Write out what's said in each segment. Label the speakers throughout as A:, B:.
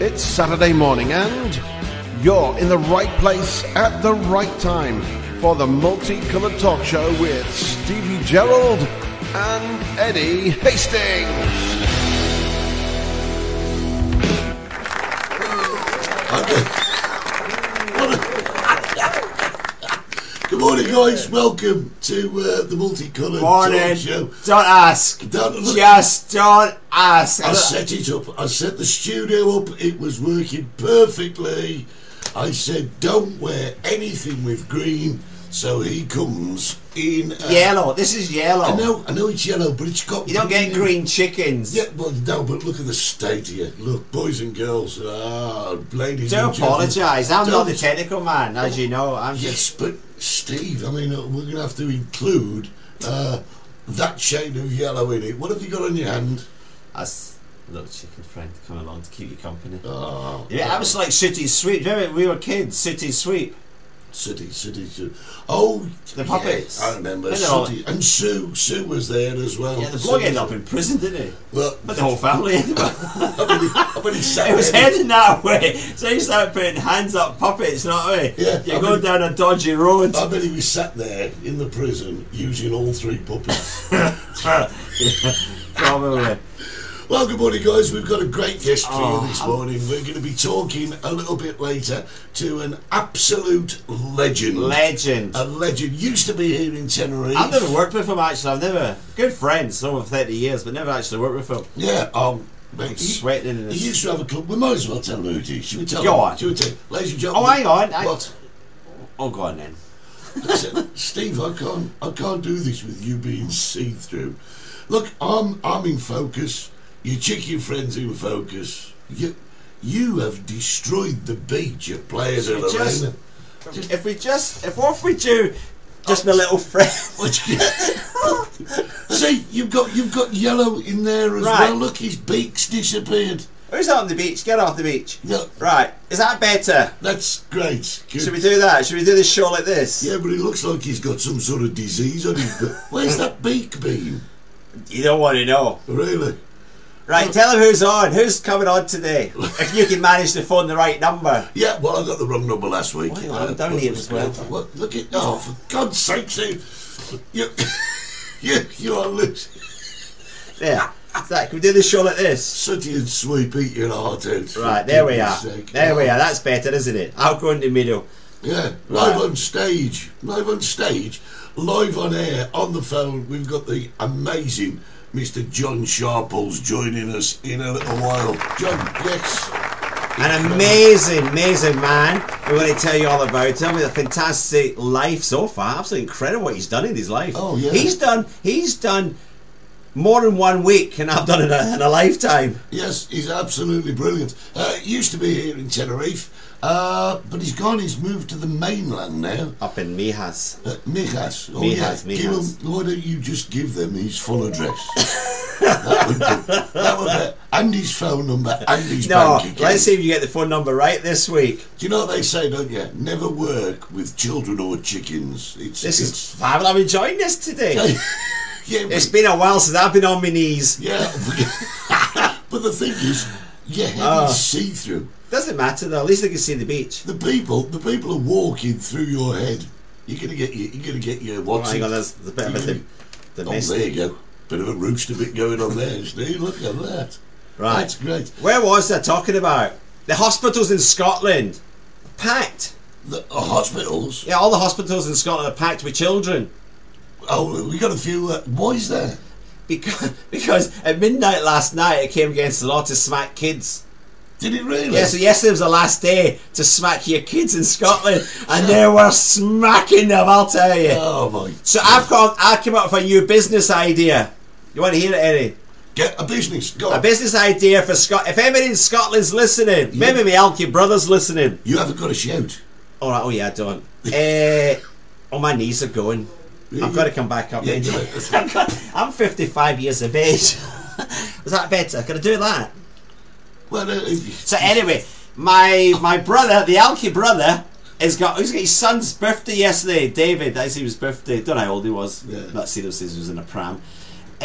A: It's Saturday morning and you're in the right place at the right time for the multicolored talk show with Stevie Gerald and Eddie Hastings.
B: Good morning, guys. Welcome to uh, the multicolored
C: Morning.
B: talk show.
C: Don't ask.
B: Don't look-
C: Just don't ask.
B: I set it up. I set the studio up. It was working perfectly. I said, "Don't wear anything with green." So he comes in. uh,
C: yellow. This is yellow.
B: I know. I know it's yellow, but it's got.
C: You don't get
B: in.
C: green chickens.
B: Yeah, well, no, but look at the state here. Look, boys and girls. Ah, ladies
C: Don't
B: and gentlemen.
C: apologise. I'm not the
B: Don't.
C: technical man, as you know. I'm just.
B: Yes, but Steve, I mean, uh, we're going to have to include uh, that shade of yellow in it. What have you got on your hand?
C: That's little chicken friend come along to keep you company.
B: Oh,
C: Yeah, that was like City Sweep. Remember, when we were kids. City Sweep.
B: City, City, Sue. Oh,
C: The
B: yes,
C: puppets.
B: I remember
C: They're all-
B: City. And Sue, Sue was there as well.
C: Yeah, the
B: Sue
C: bloke ended
B: was-
C: up in prison, didn't he?
B: Well,
C: But the whole family. ended up-
B: I mean, I mean, he sat
C: it was
B: there.
C: heading that way. So you start putting hands up puppets, not we?
B: Yeah,
C: You're
B: I
C: going
B: mean-
C: down a dodgy road.
B: I bet he was sat there in the prison using all three puppets.
C: Probably.
B: Well, good morning, guys. We've got a great guest for
C: Oh,
B: you this morning. We're going to be talking a little bit later to an absolute legend.
C: Legend.
B: a legend. Used to be here in Tenerife.
C: I've never worked with him actually. I've never good friends over thirty years, but never actually worked with him.
B: Yeah, um, mate, he,
C: Sweating in
B: he
C: his.
B: used to have a club. We might as well tell him who it is. Should we tell
C: Go
B: him?
C: on.
B: Should we tell, ladies and
C: Oh,
B: gentlemen.
C: hang on. I,
B: What?
C: oh, go on then.
B: Listen, Steve, I can't, I can't do this with you being see through. Look, I'm, I'm in focus. Your chicken friend's in focus. You, you have destroyed the beach at Players
C: Should we
B: Arena.
C: just- If we just, if what if we do, just my little friend.
B: What you- See, you've got, you've got yellow in there as
C: Right.
B: well. Look, his beak's disappeared.
C: Who's out on the beach? Get off the beach.
B: No,
C: Right, is that better?
B: that's great. Good.
C: Should we do that? Should we do this show like this?
B: Yeah, but he looks like he's got some sort of disease on his. be- Where's that beak been?
C: You don't want to know.
B: Really?
C: Right, tell him who's on. Who's coming on today? if you can manage to phone the right number.
B: Yeah, well, I got the wrong number last week.
C: Well, I'm down here as well.
B: What, look at. Oh, for God's sake, Steve. You, you, you are lit.
C: There. Is that, can we do this show like this?
B: Sooty and sweep, eat your heart out. for
C: Right, there we are.
B: goodness sake.
C: There we are. That's better, isn't it? I'll go in the middle.
B: Yeah, live
C: Right.
B: on stage. Live on stage. Live on air, on the phone. We've got the amazing Mr. John Sharples joining us in a little while. John, yes.
C: An amazing, amazing man. We want to tell you all about him. With a fantastic life so far. Absolutely incredible what he's done in his life.
B: Oh, yeah.
C: He's done. He's done more in one week than I've done in a, in a lifetime.
B: Yes, he's absolutely brilliant. Uh, he used to be here in Tenerife, uh, but he's gone. He's moved to the mainland now.
C: Up in Mijas.
B: Uh, Mijas. Oh,
C: Mijas,
B: yeah. Give
C: Mijas.
B: him- why don't you just give them his full address? that would be, that would be, and his phone number and his
C: No,
B: bank account.
C: let's see if you get the phone number right this week.
B: Do you know what they say, don't you? Never work with children or chickens. It's
C: This is
B: it's,
C: fab. I'm enjoying this today.
B: yeah,
C: It's been a while since I've been on my knees.
B: yeah. but the thing is, your head
C: Ah.
B: is see through.
C: Doesn't matter though. At least I can see the beach.
B: The people, the people are walking through your head. You're gonna get your, you're gonna get your
C: Oh,
B: what's
C: hang
B: it?
C: on, there's a bit of a dim- the
B: Oh,
C: mist.
B: there you go. Bit of a rooster bit going on there, Steve. Look at that.
C: Right.
B: That's great.
C: Where was I talking about? The hospitals in Scotland. Packed.
B: The uh, hospitals.
C: Yeah, all the hospitals in Scotland are packed with children.
B: Oh, we got a few. Uh, boys there?
C: Because, because at midnight last night it came against the law to smack kids.
B: Did it really?
C: Yeah, so yesterday was the last day to smack your kids in Scotland, and they were smacking them, I'll tell you.
B: Oh my.
C: So I've got, I came up with a new business idea. You want to hear it, Eddie?
B: Get a business. Go
C: A
B: on.
C: business idea for Scott. If anybody in Scotland's listening, maybe my Alki brother's listening.
B: You haven't got a shout.
C: All right. Oh yeah, I don't. uh, oh, my knees are going. I've got to come back up.
B: Yeah,
C: mate.
B: do it.
C: I've got- I'm 55 years of age. Was that better? Can I do that?
B: Well, uh,
C: So anyway, my my brother, the Alki brother, has got. He's got his son's birthday yesterday. David, that's his birthday. Don't know how old he was.
B: Yeah.
C: Not seen him since he was in a pram. Uh,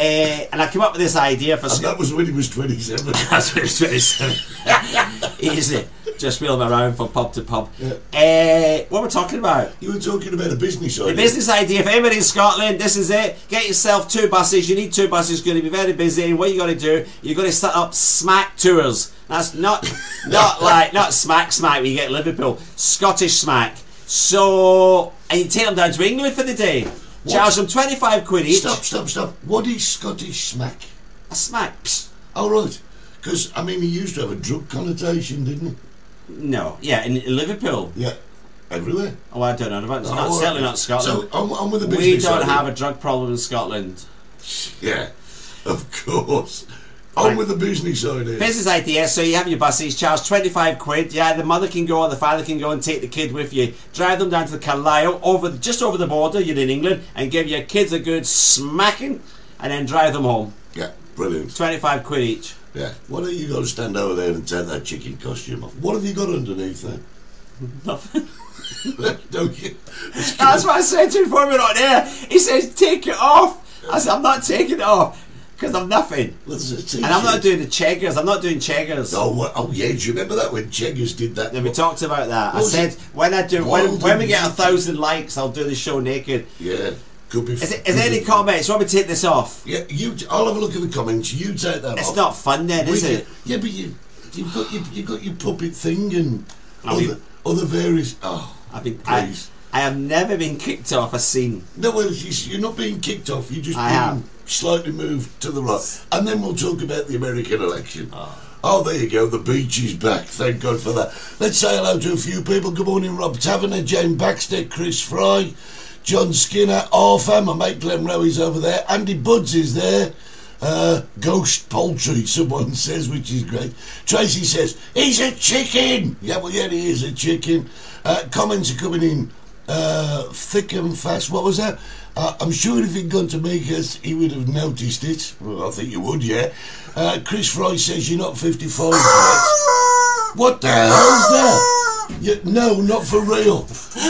B: uh,
C: and I came up with this idea for.
B: that was when he was 27.
C: That's what it's 27. Easy. eh, Just wheel them around from pub to pub.
B: Yeah.
C: Eh, what we're talking about?
B: You were talking about a business idea.
C: The business idea. If anybody in Scotland, this is it. Get yourself two buses. You need two buses. Going to be very busy. What you got to do? You got to set up smack tours. That's not not like not smack smack. We get Liverpool Scottish smack. So and you take them down to England for the day. Charge them twenty five quid each.
B: Stop, stop, stop. What is Scottish smack?
C: A smack. Psst.
B: Oh, right. Because, I mean, he used to have a drug connotation, didn't he?
C: No, yeah, in, in Liverpool.
B: Yeah. Everywhere.
C: Oh, I don't know about it's
B: Oh,
C: not
B: all right.
C: certainly not Scotland.
B: So, on, on with the business
C: we don't
B: idea.
C: have a drug problem in Scotland.
B: Yeah, of course. On with the business idea.
C: Business idea, so you have your buses, charge 25 quid. Yeah, the mother can go or the father can go and take the kid with you. Drive them down to the Carlisle, over just over the border, you're in England, and give your kids a good smacking and then drive them home.
B: yeah, brilliant.
C: 25 quid each.
B: Yeah. What have you got to stand over there and take that chicken costume off? What have you got underneath there?
C: Nothing.
B: Don't you?
C: That's what I said to him before we were on air. He says, take it off. I said, I'm not taking it off because I'm nothing.
B: What's it,
C: And I'm not doing the checkers, I'm not doing checkers.
B: Oh, what, oh yeah, do you remember that when Cheggers did that?
C: Yeah, we talked about that. I
B: Well,
C: said when I do when,
B: wild
C: when we get a
B: and-
C: thousand likes, I'll do the show naked.
B: yeah, could be.
C: Is, it, is there any comments? Want me to take this off?
B: Yeah, you. I'll have a look at the comments. You take that off.
C: It's not fun then,
B: We
C: is
B: can-
C: it?
B: Yeah, but you, you've got your, you've got your puppet thing and
C: Oh,
B: other,
C: you-
B: other various. Oh,
C: I've been I,
B: please.
C: I have never been kicked off a scene.
B: No, well, it's- you're not being kicked off. You're just
C: I
B: being
C: am.
B: slightly moved to the right. And then we'll talk about the American election. Oh. there you go. The beach is back. Thank God for that. Let's say hello to a few people. Good morning, Rob Taverner, Jane Baxter, Chris Fry, John Skinner, Arfam. My mate Glenn Rowe is over there. Andy Buds is there. Uh, ghost poultry, someone says, which is great. Tracy says, he's a chicken! Yeah, well, yeah, he is a chicken. Uh, comments are coming in uh, thick and fast. What was that? Uh, I'm sure if he'd gone to Makers, he would have noticed it. Well, I think you would, yeah. Uh, Chris Fry says you're not 55 yet. What the hell's that? You, no, not for real.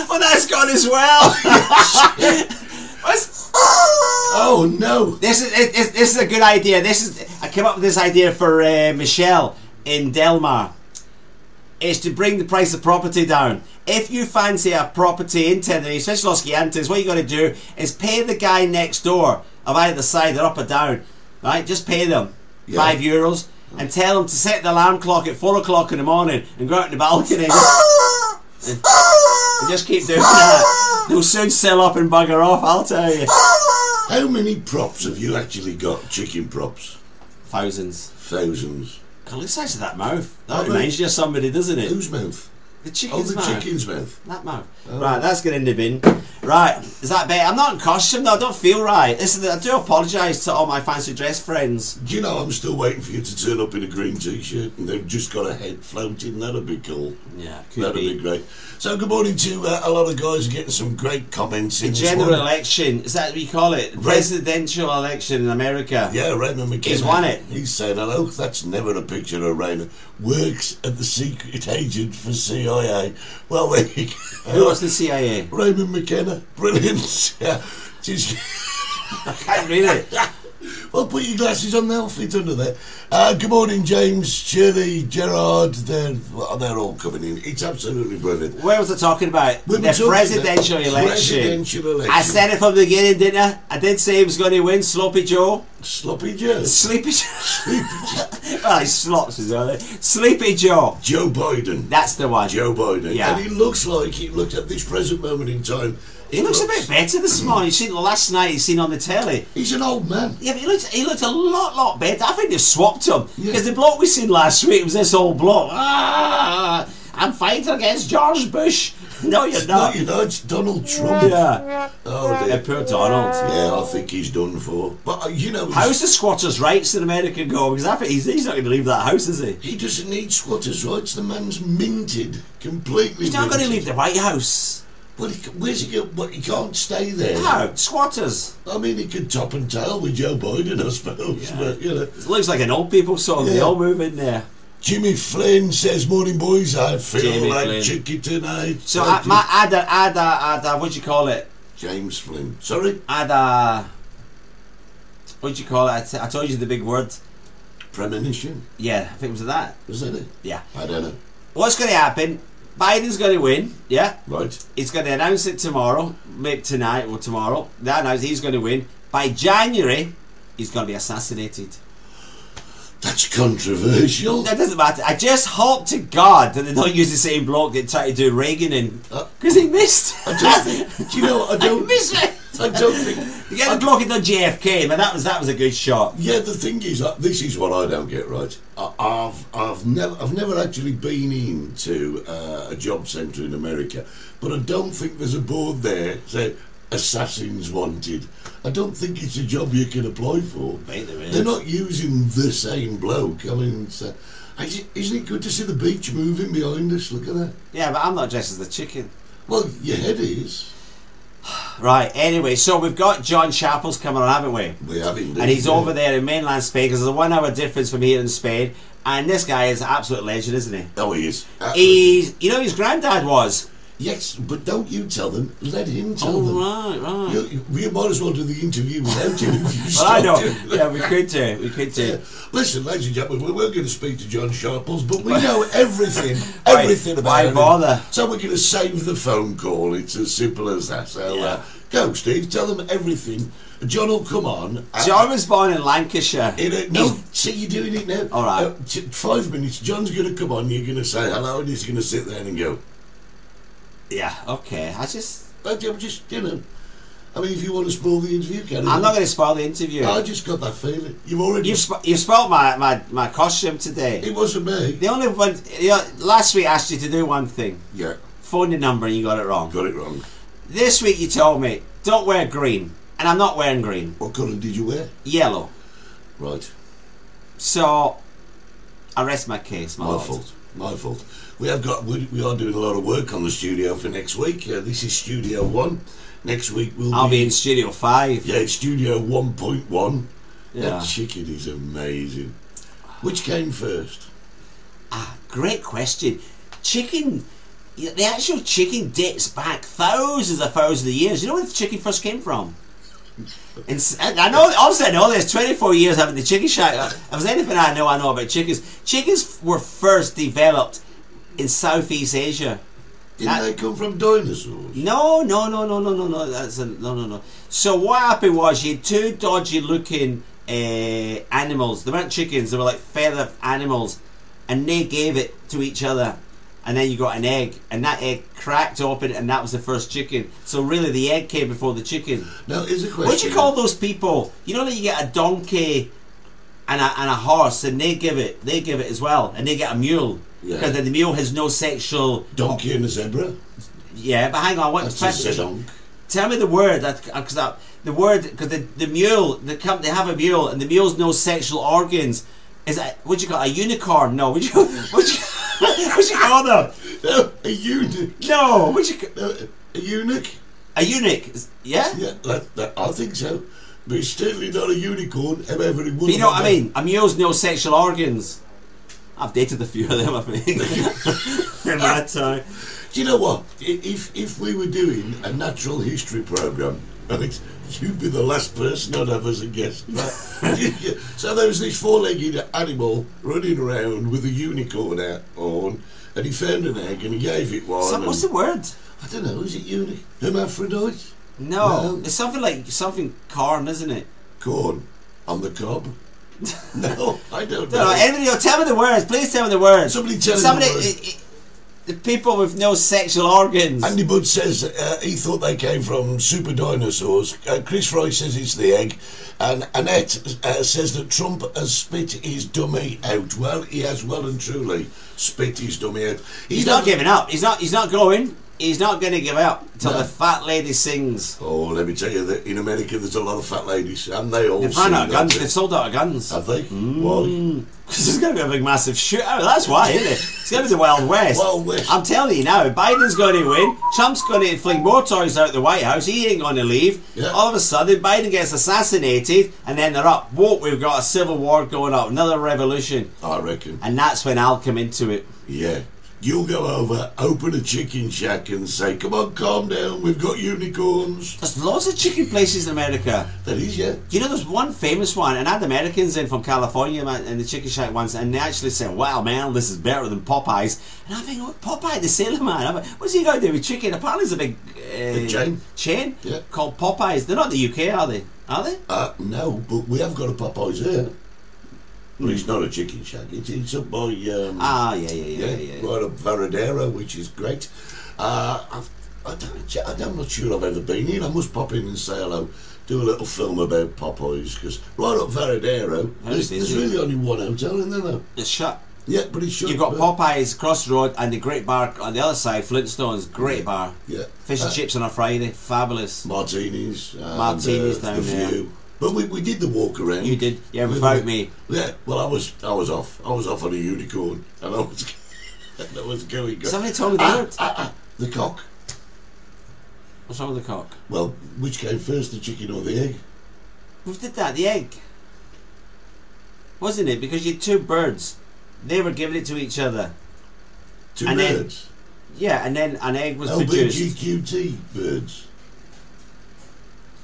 C: Well, that's gone as well. What's-
B: Oh no.
C: this is it, it, this is a good idea. This is I came up with this idea for uh, Michelle in Delmar. Is to bring the price of property down. If you fancy a property in Tenerife, especially Los Gigantes, what you got to do is pay the guy next door of either side, they're up or down, right? Just pay them
B: Yeah.
C: five euros and tell them to set the alarm clock at four o'clock in the morning and go out on the balcony. And just keep doing that. They'll soon sell up and bugger off, I'll tell you.
B: How many props have you actually got? Chicken props?
C: Thousands.
B: Thousands.
C: God, look at the size of that mouth. That
B: Oh, really?
C: reminds you of somebody, doesn't it?
B: Whose mouth?
C: The
B: Oh, the
C: chicken's
B: Oh.
C: mouth.
B: chicken's mouth.
C: That mouth. Right, that's getting in the bin. Right, is that better? I'm not in costume though, I don't feel right. Listen, I do apologise to all my fancy dress friends.
B: Do you know I'm still waiting for you to turn up in a green t-shirt and they've just got a head floating? That'd be cool.
C: Yeah, could
B: That'd
C: be.
B: be great. So good morning to uh, a lot of guys getting some great comments in this
C: General
B: morning.
C: election, is that what you call it? Presidential election in America.
B: Yeah, Raymond McKenna.
C: He's won it.
B: He's saying hello. That's never a picture of Raymond. Works at the secret agent for CIA. Well, there you go.
C: Who was the CIA?
B: Raymond McKenna. Brilliant. Yeah. Just,
C: I can't read it.
B: well, put your glasses on. They'll fit under there. Uh, good morning, James, Shirley, Gerard. They're, well, they're all coming in. It's absolutely brilliant.
C: Where was I talking about?
B: We were
C: the
B: talking about
C: presidential election.
B: presidential election.
C: I said it from the beginning, didn't I? I did say he was going to win, Sloppy Joe.
B: Sloppy Joe.
C: Sleepy Joe. well, he slops as well. eh? Sleepy Joe.
B: Joe Biden.
C: That's the one.
B: Joe Biden.
C: Yeah.
B: And he looks like he looked at this present moment in time.
C: He looks a bit better this morning. You seen last night. He's seen on the telly.
B: He's an old man.
C: Yeah, but he looked he looked a lot lot better. I think they've swapped him
B: Yeah.
C: because the bloke we seen last week was this old bloke. Ah, I'm fighting against George Bush. No, you're
B: No,
C: not.
B: you know, it's Donald Trump.
C: Yeah.
B: Oh,
C: yeah,
B: dear.
C: poor Donald.
B: Yeah, I think he's done for. But, uh, you know, he's-
C: How's the squatters' rights in America going? Because I think he's, he's not going to leave that house, is he?
B: he doesn't need squatters' rights. The man's minted. Completely
C: He's not going to
B: minted.
C: leave the White House.
B: Well, he, c- where's he go? Well, he can't stay there.
C: No, squatters.
B: I mean, he could top and tail with Joe Biden, I suppose. But, you know.
C: It looks like an old people song. They
B: Yeah.
C: all move in there.
B: Jimmy Flynn says, Morning, boys. I feel
C: Jimmy
B: like
C: Flynn.
B: chicken tonight.
C: So I,
B: Thank you.
C: my ada ada ada. What do you call it?
B: James Flynn. Sorry?
C: Ada. What do you call it? I, t- I told you the big word.
B: Premonition,
C: Yeah, I think it was that.
B: isn't it?
C: Yeah.
B: I don't know.
C: What's going to happen? Biden's going to win. Yeah.
B: Right.
C: He's going to announce it tomorrow, maybe tonight or tomorrow. They announce he's going to win. By January, he's going to be assassinated.
B: That's controversial.
C: That doesn't matter. I just hope to God that they don't use the same bloke that tried to do Reagan in.
B: Uh,
C: Because he missed.
B: I don't think, do you know what? I
C: He
B: don't,
C: missed it.
B: I don't
C: The
B: think.
C: guy that bloke had done JFK, man, that was, that was a good shot.
B: Yeah, the thing is, uh, this is what I don't get right. I, I've I've never I've never actually been into uh, a job centre in America, but I don't think there's a board there saying assassins wanted. I don't think it's a job you can apply for.
C: Mate, there is.
B: They're not using the same bloke. I mean, it's, uh, is- isn't it good to see the beach moving behind us? Look at that.
C: Yeah, but I'm not dressed as the chicken.
B: Well, your head is.
C: Right, anyway, so we've got John Chappell's coming on, haven't we?
B: We have indeed.
C: And he's
B: yeah.
C: over there in mainland Spain because there's a one hour difference from here in Spain. And this guy is an absolute legend, isn't he?
B: Oh, he is. Absolutely.
C: He's, you know, who his granddad was.
B: Yes, but don't you tell them. Let him tell
C: Oh,
B: them.
C: right, right.
B: You, you- you might as well do the interview without him if you
C: well, I
B: start
C: know.
B: doing
C: Yeah,
B: that.
C: we could do. We could do.
B: Listen, ladies and gentlemen, we we're going to speak to John Sharples, but we know everything,
C: Why-
B: everything about
C: why
B: him.
C: bother?
B: So we're going to save the phone call. It's as simple as that. So
C: Yeah.
B: uh, go, Steve. Tell them everything. John will come on. and-
C: John was born in Lancashire.
B: in a, no, see, you're doing it now.
C: All right.
B: Uh, t- five minutes. John's going to come on. You're going to say hello, and he's going to sit there and go.
C: Yeah, okay. I just.
B: I I'm just, you know. I mean, if you want to spoil the interview, can
C: I'm not going to spoil the interview.
B: I just got that feeling. You've already.
C: You've, spo- you've spoiled my, my, my costume today.
B: It wasn't me.
C: The only one. You know, last week I asked you to do one thing
B: Yeah,
C: phone the number and you got it wrong.
B: got it wrong.
C: This week you told me, don't wear green. And I'm not wearing green,
B: What colour did you wear?
C: yellow.
B: Right,
C: So, I rest my case, my,
B: my
C: lord.
B: fault. My fault. We have got. We, we are doing a lot of work on the studio for next week. Uh, this is Studio One. Next week we'll
C: I'll be in Studio 5.
B: Yeah, it's Studio One Point One.
C: Yeah.
B: That chicken is amazing. Which came first?
C: Ah, great question. Chicken, y- the actual chicken dates back thousands of thousands of years. You know where the chicken first came from? And s- I I know, obviously, I know this. 24 years having the chicken shack. uh, If there's anything I know, I know about chickens. Chickens were first developed in Southeast Asia.
B: Didn't
C: That-
B: they come from dinosaurs?
C: No, no, no, no, no, no, no. That's a, no, no, no. So what happened was you had two dodgy-looking uh, animals. They weren't chickens. They were like feather animals, and they gave it to each other, and then you got an egg, and that egg cracked open, and that was the first chicken. So really, the egg came before the chicken.
B: Now, is a question.
C: What do you call those people? You know that you get a donkey and a, and a horse, and they give it. They give it as well, and they get a mule
B: Yeah.
C: because then the mule has no sexual.
B: Donkey and a zebra.
C: Yeah, but hang on. What
B: That's just a donk.
C: Tell me the word that because that the word because the, the mule the come they have a mule and the mule's no sexual organs. Is that what you call a unicorn? No, would you would you would you call them?
B: No, a eunuch.
C: No, would you ca-
B: No, a eunuch.
C: a eunuch? is- Yeah,
B: Yeah, that, that, I think so. But it's certainly not a unicorn, however it would
C: but you know
B: have
C: what I
B: been.
C: mean. A mule's no sexual organs. I've dated a few of them, I think. In my time.
B: Do you know what? I- If if we were doing a natural history program, right, you'd be the last person I'd have as a guest. Right? so there was this four-legged animal running around with a unicorn out on, and he found an egg and he gave it one.
C: So,
B: and-
C: what's the word?
B: I don't know. Is it unicorn? Hermaphrodite?
C: No,
B: No.
C: it's something like something corn, isn't it?
B: Corn on the cob? No, I don't
C: No,
B: know.
C: no, anybody, know, tell me the words. Please tell me the words.
B: Somebody tell me the words.
C: i- i- the people with no sexual organs.
B: Andy Budd says uh, he thought they came from super dinosaurs. Uh, Chris Roy says it's the egg. And Annette uh, says that Trump has spit his dummy out. Well, he has well and truly spit his dummy out.
C: he's not giving up. He's not. He's not going. He's not going to give up till
B: No.
C: the fat lady sings.
B: Oh, let me tell you that in America there's a lot of fat ladies, and they all.
C: They've run
B: sing
C: out of guns. Mm.
B: that.
C: They've sold out of guns.
B: Have they? Why?
C: Because there's going to be a big, massive shootout. That's why, isn't it? It's going to be the Wild West.
B: Wild West.
C: I'm telling you now, Biden's going to win. Trump's going to fling more toys out the White House. He ain't going to leave.
B: Yeah.
C: All of a sudden, Biden gets assassinated, and then they're up. Whoa, we've got a civil war going up, another revolution.
B: I reckon.
C: And that's when I'll come into it.
B: Yeah. You'll go over, open a chicken shack, and say, "Come on, calm down. We've got unicorns."
C: There's loads of chicken places in America.
B: That is, yeah.
C: You know, there's one famous one, and I had Americans in from California man, in the chicken shack once, and they actually said, "Wow, man, this is better than Popeyes." And I think, what Popeye the Sailor Man? I'm like, What's he going to do with chicken? Apparently, it's a big, uh,
B: Big chain.
C: chain
B: Yeah.
C: called Popeyes. They're not the UK, are they? Are they?
B: Uh, no, but we have got a Popeyes here. Well, it's not a chicken shack. It's, it's up by um,
C: Ah, yeah, yeah, yeah,
B: yeah,
C: yeah. yeah.
B: right up Varadero, which is great. Uh, I've, I don't, I don't- I'm not sure I've ever been in. I must pop in and say hello. Do a little film about Popeyes because right up Varadero, there's,
C: busy.
B: there's really only one hotel in there. Though.
C: It's shut.
B: Yeah, but it's shut.
C: You've got
B: but-
C: Popeyes, Crossroad, and the Great Bar on the other side. Flintstones, Great Bar.
B: Yeah,
C: Fish and
B: Uh,
C: chips on a Friday, fabulous.
B: martinis, and,
C: Martinis
B: uh,
C: down
B: the
C: there.
B: view. But we, we did the walk around.
C: You did, yeah, without me.
B: Yeah, well, I was I was off. I was off on a unicorn, and I was and I was going.
C: Somebody told me the
B: ah,
C: word.
B: ah, ah, the cock.
C: What's wrong with the cock?
B: Well, which came first, the chicken or the egg?
C: Who did that? The egg. Wasn't it? Because you had two birds. They were giving it to each other.
B: Two
C: An egg.
B: birds.
C: Yeah, and then an egg was produced.
B: LBGQT birds.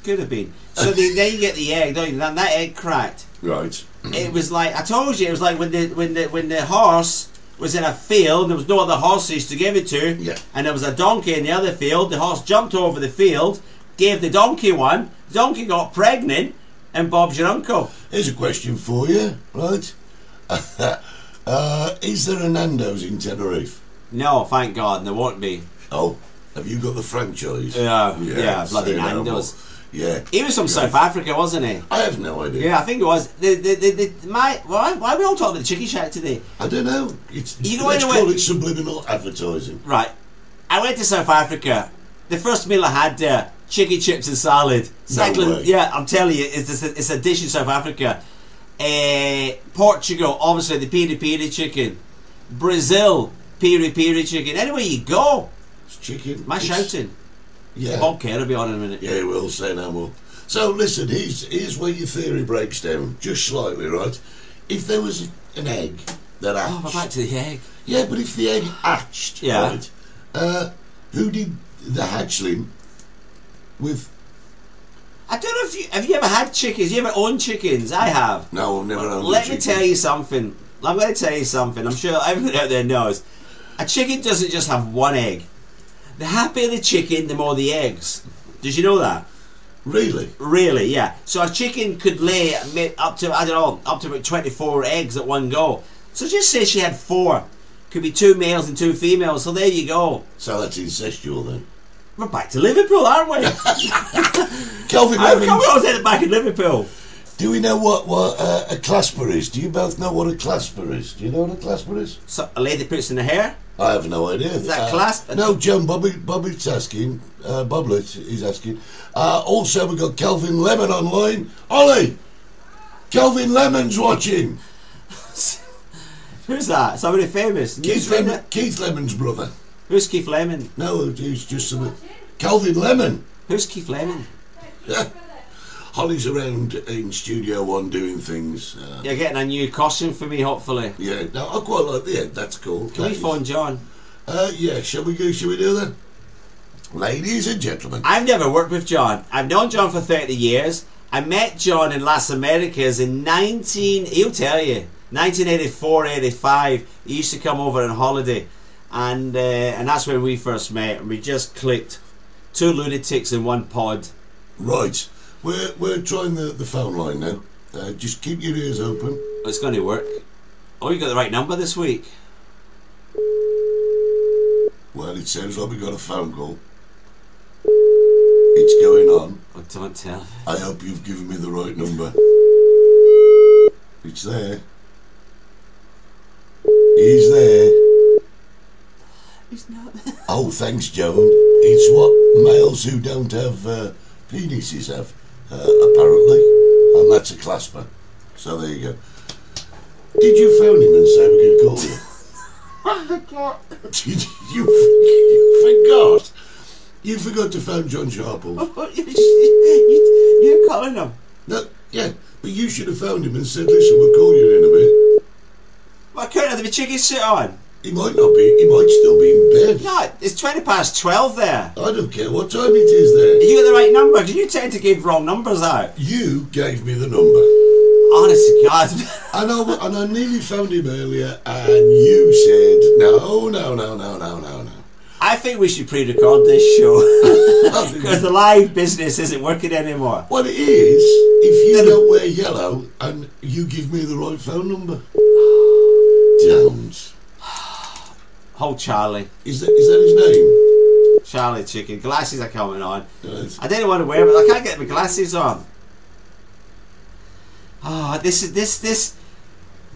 C: Could have been. So they, then you get the egg, don't you? And that egg cracked.
B: Right.
C: It was like I told you. It was like when the when the when the horse was in a field. There was no other horses to give it to.
B: Yeah.
C: And there was a donkey in the other field. The horse jumped over the field, gave the donkey one. The donkey got pregnant, and Bob's your uncle.
B: Here's a question for you. Right. uh, is there a Nando's in Tenerife?
C: No, thank God, and there won't be.
B: Oh, have you got the franchise?
C: Yeah, yeah, bloody
B: say no
C: Nando's.
B: more. Yeah.
C: He was from South Africa, wasn't he?
B: I have no idea.
C: Yeah, I think it was. The, the, the, the, my, why, why are we all talking about the chicken shack today?
B: I don't know. It's
C: You know,
B: let's
C: anyway-
B: call it subliminal advertising.
C: Right. I went to South Africa. The first meal I had there, chicken chips and salad. Cycling,
B: way.
C: yeah, I'm telling you, it's, it's, a, it's a dish in South Africa. Eh, Portugal, obviously, the piri piri chicken. Brazil, piri piri chicken. Anywhere you go,
B: It's chicken.
C: my
B: it's-
C: shouting.
B: Yeah.
C: Bob Kerr will be on in a minute.
B: Yeah, we'll say no more. So listen, here's here's where your theory breaks down, just slightly, right? If there was an egg that
C: Oh, we're back
B: hatched,
C: to the egg.
B: yeah, but if the egg hatched,
C: Yeah.
B: right? Uh, who did the hatchling with?
C: I don't know if you have you ever had chickens. You ever owned chickens? I have.
B: No, I've never owned. a
C: Let me
B: Um, chicken.
C: tell you something. I'm going to tell you something. I'm sure everyone out there knows. A chicken doesn't just have one egg. The happier the chicken, the more the eggs. Did you know that?
B: Really?
C: Really, yeah. So a chicken could lay ma- up to I don't know up to about 24 eggs at one go. So just say she had four. Could be two males and two females. So there you go.
B: So that's incestual then.
C: We're back to Liverpool, aren't we?
B: Kelvin
C: How come we
B: Evans,
C: always end up back in Liverpool?
B: do we know what what uh, a clasper is? Do you both know what a clasper is? Do you know what a clasper is?
C: So a lady puts in the hair.
B: I have no idea. Is
C: that class-
B: No, John Bobby, Bobby's asking. Uh, Boblet is asking. Uh, also, we've got Kelvin Lemon online. Ollie! Kelvin Lemon's watching.
C: Who's that? Somebody famous?
B: Keith,
C: Who's
B: Lemon, Keith Lemon's brother.
C: Who's Keith Lemon?
B: No, he's just some. Kelvin Lemon.
C: Who's Keith Lemon?
B: Holly's around in Studio One doing things. Uh,
C: You're getting a new costume for me, hopefully.
B: yeah, no, I quite like Yeah, that's cool.
C: Can we phone John?
B: Uh, yeah, shall we go? Shall we do that? Ladies and gentlemen.
C: I've never worked with John. I've known John for 30 years. I met John in Las Americas in 19, he'll tell you, 1984, 85. He used to come over on holiday. And, uh, and that's when we first met. And we just clicked. Two lunatics in one pod.
B: Right, we're we're trying the, the phone line now. Uh, just keep your ears open.
C: It's going to work. Oh, you got the right number this week.
B: Well, it sounds like we got a phone call. It's going on.
C: Oh, don't tell me.
B: I hope you've given me the right number. It's there. He's there.
C: He's not.
B: Oh, thanks, Joan. It's what males who don't have uh, penises have, uh, apparently. And that's a clasper. So there you go. Did you phone him and say we could call you? Did you, you forgot? You forgot to phone John Sharple.
C: you, you, you're calling him.
B: No, yeah, but you should have phoned him and said, listen, we'll call you in a bit.
C: Well, I couldn't have the chicken shit on.
B: He might not be. He might still be in bed.
C: No, it's 20 past 12 there.
B: I don't care what time it is there.
C: You got the right number because you tend to give wrong numbers out.
B: You gave me the number.
C: Honest to God.
B: And I, and I nearly phoned him earlier and you said, no, no, no, no, no, no, no.
C: I think we should pre record this show
B: I think-
C: because the live business isn't working anymore.
B: What it is, if you don't wear yellow and you give me the right phone number. Jones.
C: Hold Charlie.
B: Is that, is that his name?
C: Charlie Chicken. Glasses are coming on.
B: Right.
C: I didn't want to wear them, but I can't get my glasses on. Ah, this is this this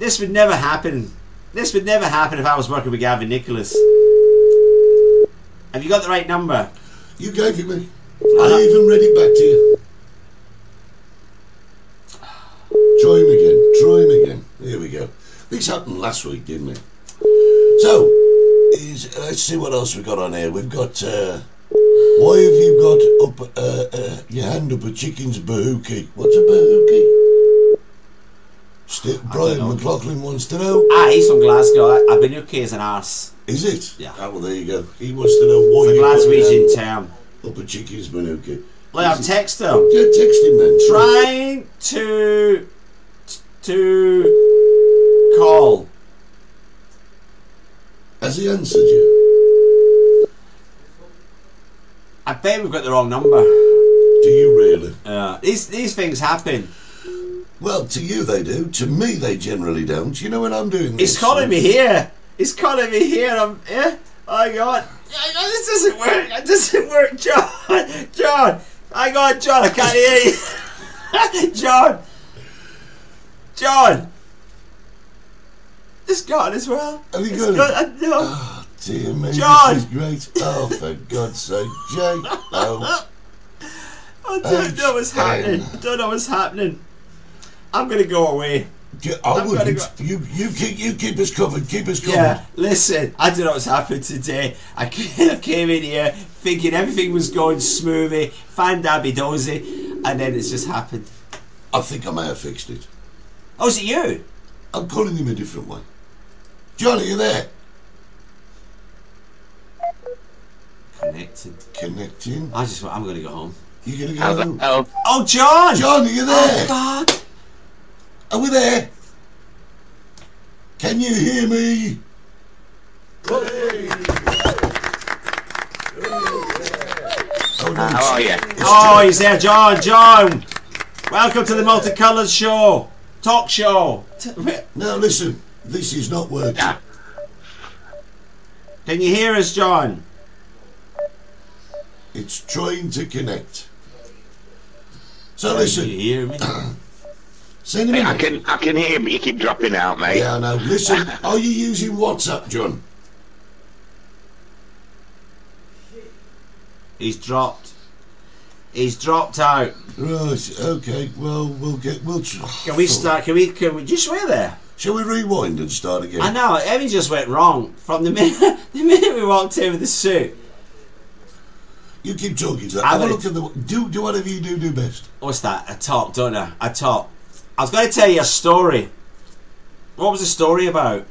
C: this would never happen. This would never happen if I was working with Gavin Nicholas. Have you got the right number?
B: You gave it me.
C: Ah.
B: I even read it back to you. Try him again. Try him again. Here we go. This happened last week, didn't it? So, is, let's see what else we've got on here. We've got. Uh, why have you got up uh, uh, your hand up a chicken's bahookie? What's a bahookie? Sti- Brian
C: know.
B: McLaughlin wants to know.
C: Ah, he's from Glasgow. I- I've been okay as an arse.
B: Is it?
C: Yeah.
B: Ah, well, there you go. He wants to know why
C: The
B: you got your hand
C: Glaswegian term.
B: up a chicken's bahookie.
C: Look, I've texted him.
B: Yeah, text him then.
C: Trying to to call.
B: Has he answered you?
C: I bet we've got the wrong number.
B: Do you really?
C: Uh, these these things happen.
B: Well, to you they do. To me they generally don't. You know when I'm doing this.
C: He's calling me here. He's calling me here. I'm yeah. I got. I got this doesn't work. It doesn't work, John. John. I got John. I can't hear you. John. John. It's gone as well.
B: Have you
C: It's
B: got it?
C: gone. I know.
B: Oh, dear me.
C: John!
B: This is great. Oh, for God's sake, Jake. Oh. No.
C: I don't know what's happening. I don't know what's happening. I'm gonna go away.
B: You- I
C: I've gotta
B: wouldn't.
C: go-
B: You, you, keep, you keep us covered. Keep us covered.
C: Yeah, listen, I don't know what's happened today. I came, I came in here thinking everything was going smoothly, fan dabby dozy, and then it's just happened.
B: I think I may have fixed it.
C: Oh, is it you?
B: I'm calling him a different one. John, are you there?
C: Connected.
B: Connecting.
C: I just, I'm going to go home.
B: You gonna go? home?
D: Help.
C: Oh, John!
B: John, are you
C: Oh,
B: there?
C: God!
B: Are we there? Can you hear me? Oh, no,
D: How are
B: it's-
D: you?
C: Oh, he's there, John, John! Welcome to the Multicoloured Show, talk show. T-
B: Now listen, this is not working.
D: Yeah.
C: Can you hear us, John?
B: It's trying to connect. So
C: Can you
B: listen,
C: hear me?
B: send me.
D: Hey, I can I can hear but you keep dropping out, mate.
B: Yeah, I know. Listen, are you using WhatsApp, John?
C: he's dropped. He's dropped out.
B: Right. Okay. Well, we'll get. We'll. Tr-
C: Can we start? Can we? Can we? Just swear there.
B: Shall we rewind and start again?
C: I know everything just went wrong from the minute the minute we walked in with the suit.
B: You keep talking to that.
C: I'm
B: Have a
C: gonna-
B: look at the. Do do whatever you do do best.
C: What's that? I talk, don't I? I talk. I was going to tell you a story. What was the story about?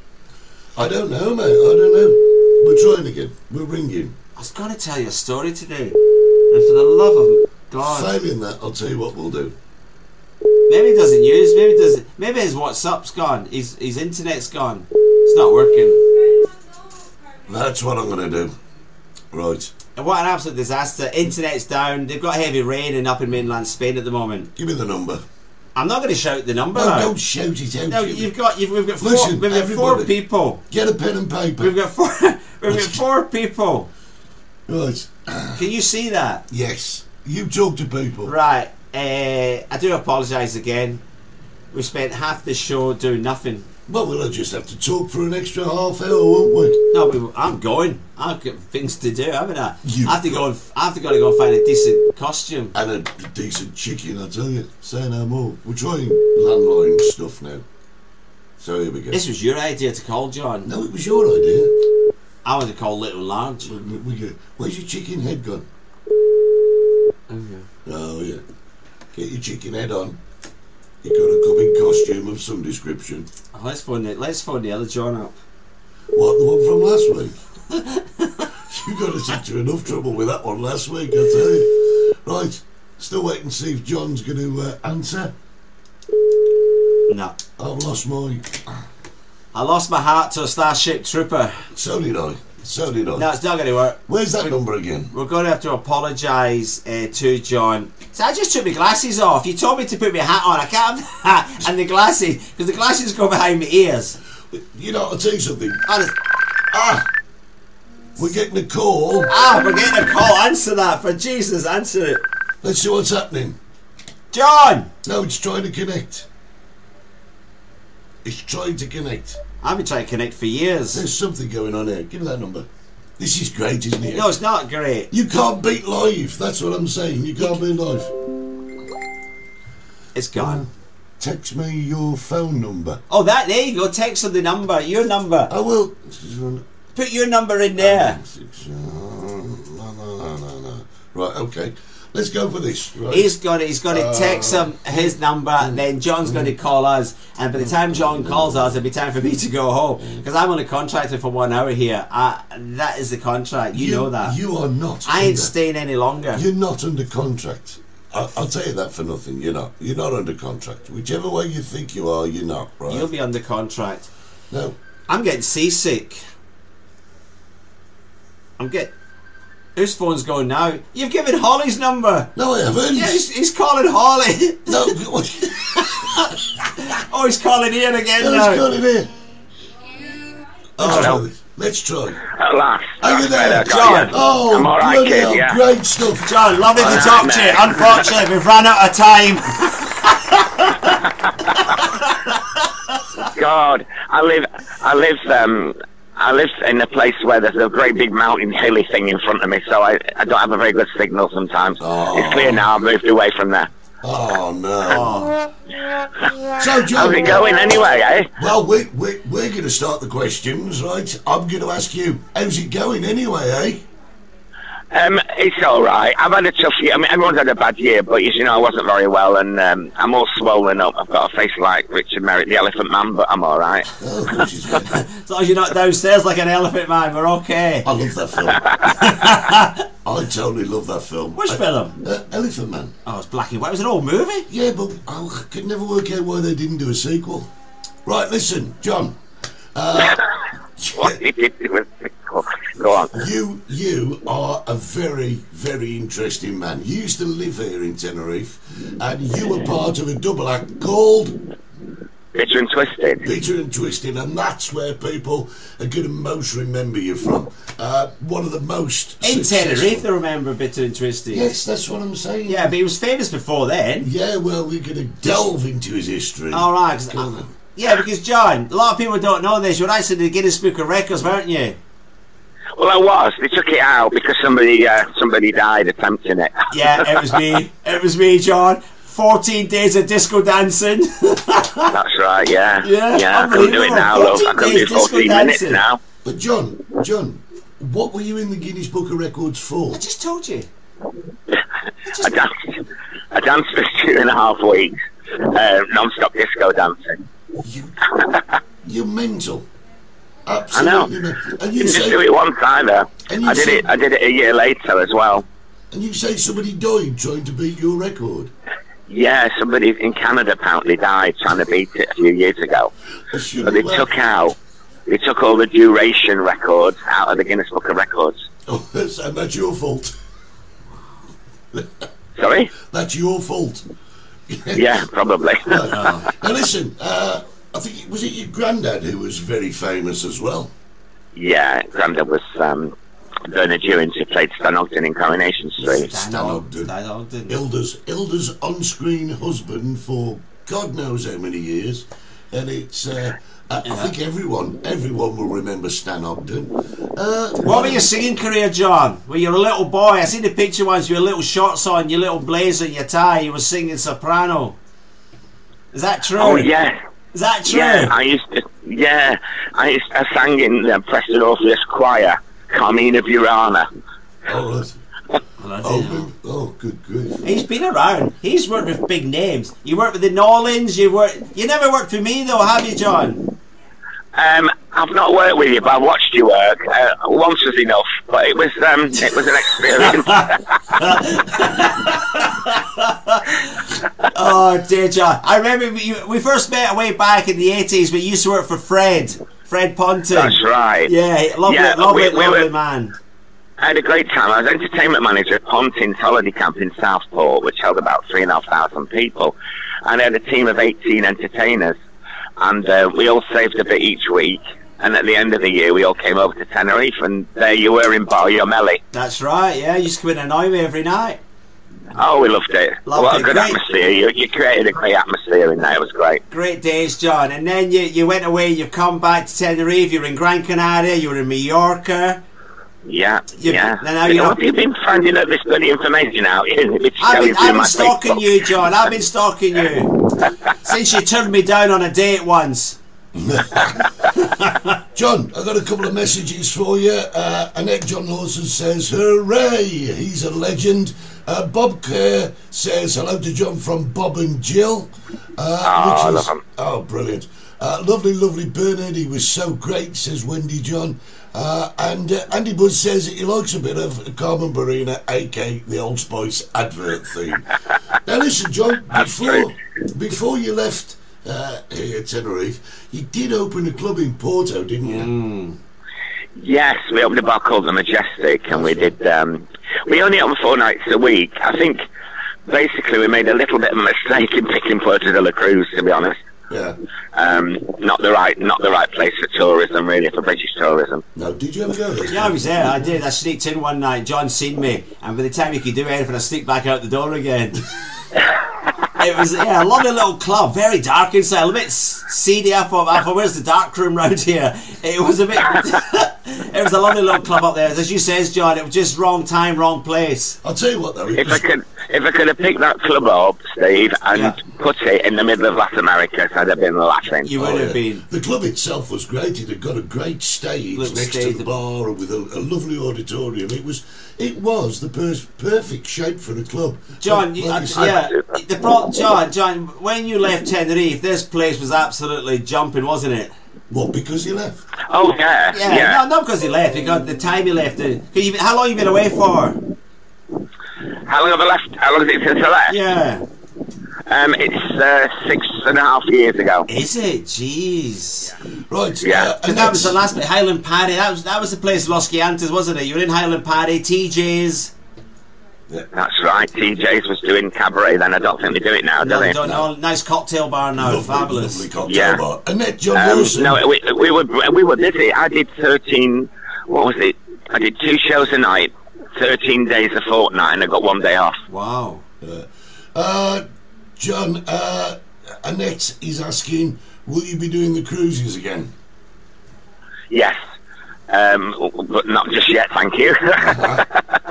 B: I don't know, mate. I don't know. We're trying again. We're ringing.
C: I was going to tell you a story today, and for the love of God,
B: Failing that, I'll tell you what we'll do.
C: maybe he doesn't use. Maybe he doesn't. Maybe his WhatsApp's gone. His his internet's gone. It's not working.
B: That's what I'm going to do. Right.
C: And what an absolute disaster! Internet's down. They've got heavy rain and up in mainland Spain at the moment.
B: Give me the number.
C: I'm not going to shout the number
B: No,
C: out.
B: don't shout it out.
C: no,
B: Jimmy.
C: you've got you've, we've got four,
B: Listen,
C: we've got four
B: everybody.
C: people.
B: Get a pen and paper.
C: We've got four. We've got four people.
B: Right.
C: Can you see that?
B: Yes. You talk to people.
C: Right. Uh, I do apologise again. We spent half the show doing nothing.
B: Well, we'll just have to talk for an extra half hour, won't we?
C: No, we, I'm going. I've got things to do, haven't I?
B: You've
C: I have to go. And, I have to go and go and find a decent costume.
B: And a d- decent chicken, I tell you. Say no more. We're trying landline stuff now. So here we go.
C: This was your idea to call John.
B: no, it was your idea.
C: I want to call Little Large.
B: We- we get- Where's your chicken head gone? Oh yeah. Get your chicken head on. You got to come in costume of some description.
C: Oh, let's phone the, Let's phone the other John up.
B: What, the one from last week? you got us into enough trouble with that one last week, I tell you. Right, still waiting to see if John's going to uh, answer.
C: No.
B: I've lost mine.
C: I lost my heart to a Starship Trooper.
B: So did I. So did I.
C: No, it's not going to work.
B: Where's that number again?
C: We're going to have to apologise uh, to John. So I just took my glasses off. You told me to put my hat on. I can't have the hat and the glasses because the glasses go behind my ears.
B: You know, I'll tell you something.
C: Honest-
B: Ah! We're getting a call.
C: Ah, we're getting a call. Answer that for Jesus. Answer it,
B: Let's see what's happening.
C: John.
B: No, it's trying to connect. It's trying to connect.
C: I've been trying to connect for years.
B: There's something going on here. Give me that number. This is great, isn't it?
C: No, it's not great.
B: You can't beat live. That's what I'm saying. You can't beat live.
C: It's gone.
B: Text me your phone number.
C: Oh, that there you go. Text on the number. Your number.
B: I will.
C: Put your number in there.
B: No, no, no, no, no. Right, okay. Let's go for this. Right.
C: He's got it. He's got to text him his number, and then John's going to call us. And by the time John calls us, it'll be time for me to go home because I'm on a contractor for one hour here. I, that is the contract. You, know that.
B: You are not.
C: I ain't
B: under-
C: staying any longer.
B: You're not under contract. I, I'll tell you that for nothing. You're not. You're not under contract. Whichever way you think you are, you're not. Right?
C: You'll be under contract.
B: no.
C: I'm getting seasick. I'm get. Whose phone's going now? You've given Holly's number.
B: No, I haven't.
C: Yeah, he's, he's calling Holly.
B: No. What's
C: oh, he's calling Ian again now.
B: got in here? Let's try
D: Oh, no.
B: this. Let's try.
D: At last.
B: Are you
D: That's
B: there,
D: better,
C: John?
D: got you.
B: Oh,
D: I'm all right,
B: bloody
D: kid,
B: hell,
D: yeah.
B: great stuff.
C: John, lovely to
D: Alright,
C: talk to you.
D: mate.
C: Unfortunately, we've run out of time.
D: God, I live, I live, um, I live in a place where there's a great big mountain hilly thing in front of me, so I, I don't have a very good signal sometimes.
B: Oh.
D: It's clear now. I've moved away from there.
B: Oh no. So, John,
D: How's it going anyway, eh?
B: well, we, we, we're going to start the questions, right? I'm going to ask you, how's it going anyway, eh?
D: Um, it's all right. I've had a tough year. I mean, everyone's had a bad year, but as you know, I wasn't very well, and um, I'm all swollen up. I've got a face like Richard Merrick, the Elephant Man, but I'm all right.
B: Oh, of course it's good.
C: As long as you're not downstairs like an elephant man, we're okay.
B: I love that film. I totally love that film.
C: Which
B: I-
C: film?
B: Uh, Elephant Man.
C: Oh, it's black and white. It was an old movie.
B: Yeah, but I could never work out why they didn't do a sequel. Right, listen, John. Uh,
D: What he did was go on.
B: You you are a very very interesting man. You used to live here in Tenerife, and you were part of a double act called
D: Bitter and twisted.
B: Peter and Twisted, and that's where people are going to most remember you from. Uh, one of the most
C: In
B: successful-
C: Tenerife, they remember Bitter and Twisty.
B: Yes, that's what I'm saying.
C: Yeah, but he was famous before then.
B: Yeah, well, we're going to delve into his history.
C: All right. 'cause
B: Go on
C: I-
B: then.
C: yeah, because John, a lot of people don't know this. You were actually in the Guinness Book of Records, weren't you?
D: Well, I was. They took it out because somebody uh, somebody died attempting it.
C: Yeah, it was me. It was me, John. 14 days of disco dancing.
D: That's right. Yeah.
C: Yeah,
D: I couldn't do it
C: unbelievable.
D: now, love. I couldn't
C: 14
D: do
C: days
D: 14
C: disco
D: minutes
C: dancing.
D: now.
B: But John, John, what were you in the Guinness Book of Records for?
C: I just told you.
D: I danced. I danced for two and a half weeks, uh, non-stop disco dancing.
B: You, you're mental.
D: I know.
B: Absolutely mental. And you
D: Didn't just
B: say,
D: do it once either.
B: And you
D: I did
B: see-
D: it. I did it a year later as well.
B: and you say somebody died trying to beat your record.
D: Yeah, somebody in Canada apparently died trying to beat it a few years ago.
B: I should
D: But they
B: laugh.
D: took out. They took all the duration records out of the Guinness Book of Records.
B: Oh, that's, and that's your fault.
D: Sorry?
B: That's your fault.
D: Yeah, probably.
B: now listen, uh, I think it was it your granddad who was very famous as well.
D: yeah, Grandad was um, Bernard Hewins who played Stan Ogden in Coronation Street.
B: Stan Ogden.
C: Stan Ogden.
B: Hilda's Hilda's on-screen husband for God knows how many years, and it's. Uh, I, I think everyone, everyone will remember Stan Ogden. Uh,
C: What about your singing career, John? When you were a little boy, I seen the picture once. You were little shorts on, your little blazer, your tie. You were singing soprano. Is that true?
D: Oh, yeah.
C: Is that true?
D: Yeah, I used to. Yeah, I, used, I sang in the Preston Orpheus Choir, Carmina Burana.
B: All right. Oh, good, oh, good grief.
C: He's been around. He's worked with big names. You worked with the Nolans. You worked. You never worked for me though, have you, John?
D: Um, I've not worked with you, but I watched you work. Uh, once was enough, but it was um, it was an experience.
C: Oh, dear John. I remember we, we first met way back in the 80s. We used to work for Fred, Fred Ponting.
D: That's right.
C: Yeah, lovely,
D: Yeah,
C: lovely,
D: we- we
C: lovely
D: were-
C: man.
D: I had a great time. I was entertainment manager at Pontin's Holiday Camp in Southport, which held about three and a half thousand people. And I had a team of 18 entertainers. And uh, we all saved a bit each week. And at the end of the year, we all came over to Tenerife. And there you were in Bar Yomelli.
C: That's right, yeah. You used to come in and annoy me every night.
D: Oh, we loved it.
C: Loved
D: what
C: it,
D: a good
C: great.
D: atmosphere. You, you created a great atmosphere in there. It was great.
C: Great days, John. And then you, you went away, you've come back to Tenerife, you were in Gran Canaria, you were in Mallorca.
D: Yeah,
C: You-
D: yeah.
C: now
D: you
C: you're-
D: know, what have you been finding out this bloody information out? It's
C: I've
D: going
C: been,
D: through
C: I've
D: my
C: been stalking
D: Facebook.
C: you, John. I've been stalking you. Since you turned me down on a date once.
B: John, I've got a couple of messages for you. Uh, Annette John Lawson says, Hooray! He's a legend. Uh, Bob Kerr says, Hello to John from Bob and Jill. Uh,
D: Ah, I
B: which
D: love 'em.
B: Oh, brilliant. Uh, lovely, lovely Bernard. He was so great, says Wendy John. Uh, and uh, Andy Budd says he likes a bit of Carmen Barina, aka the Old Spice advert theme. now, listen, John, before,
D: true.
B: before you left uh, here, Tenerife, you did open a club in Porto, didn't you?
D: Yes, we opened a bar called the Majestic, and we did. Um, we only opened four nights a week. I think basically we made a little bit of a mistake in picking Puerto de la Cruz, to be honest.
B: Yeah.
D: Um, not the right, not the right place for tourism, really, for British tourism.
B: No, did you ever go there?
C: Yeah, I was there. I did. I sneaked in one night. John seen me, and by the time he could do anything, I sneaked back out the door again. it was yeah, a lovely little club, very dark inside, a little bit seedy. I thought, I thought, where's the dark room round here? It was a bit. it was a lovely little club up there, as you says, John. It was just wrong time, wrong place.
B: I'll tell you what, though. It
D: If I
B: was,
D: could, if I could have picked that club up, Steve, and
C: Yeah.
D: put it in the middle of Latin America, I'd have been laughing.
C: You would
B: oh,
C: have
B: yeah.
C: been.
B: The club itself was great. It had got a great stage
C: Little
B: next
C: stage.
B: to the bar and with a, a lovely auditorium. It was, it was the per- perfect shape for a club.
C: John,
B: But
C: you,
B: like
C: I-
B: you say-
C: yeah, the pro- John, John, when you left Tenerife, this place was absolutely jumping, wasn't it?
B: What? Because you left?
D: Oh yeah,
C: Yeah, no, not because he left. Because the time he left. uh, 'cause you, how long you been away for?
D: How long have I left? How long is it since I left?
C: Yeah.
D: Um, it's uh, six and a half years ago.
C: Is it? Jeez. 'Cause
B: Right.
D: Yeah.
B: uh, and
C: that was the
B: that's-
C: last bit. Highland Paddy. That was that was the place Los Giantes, wasn't it? You were in Highland Paddy, TJ's.
D: That's right. TJ's was doing cabaret then. I don't think they do it now, do
C: No,
D: they?
C: don't know. Nice cocktail bar now.
B: Lovely,
C: Fabulous.
B: lovely cocktail
D: Yeah.
B: bar. Annette John
D: Um,
B: Lawson.
D: no, we, we were we were busy. I did thirteen. What was it? I did two shows a night, thirteen days a fortnight, and I got one day off.
C: Wow.
B: Uh, John, uh, Annette is asking, will you be doing the cruises again?
D: Yes, um, w- but not just yet. Thank you.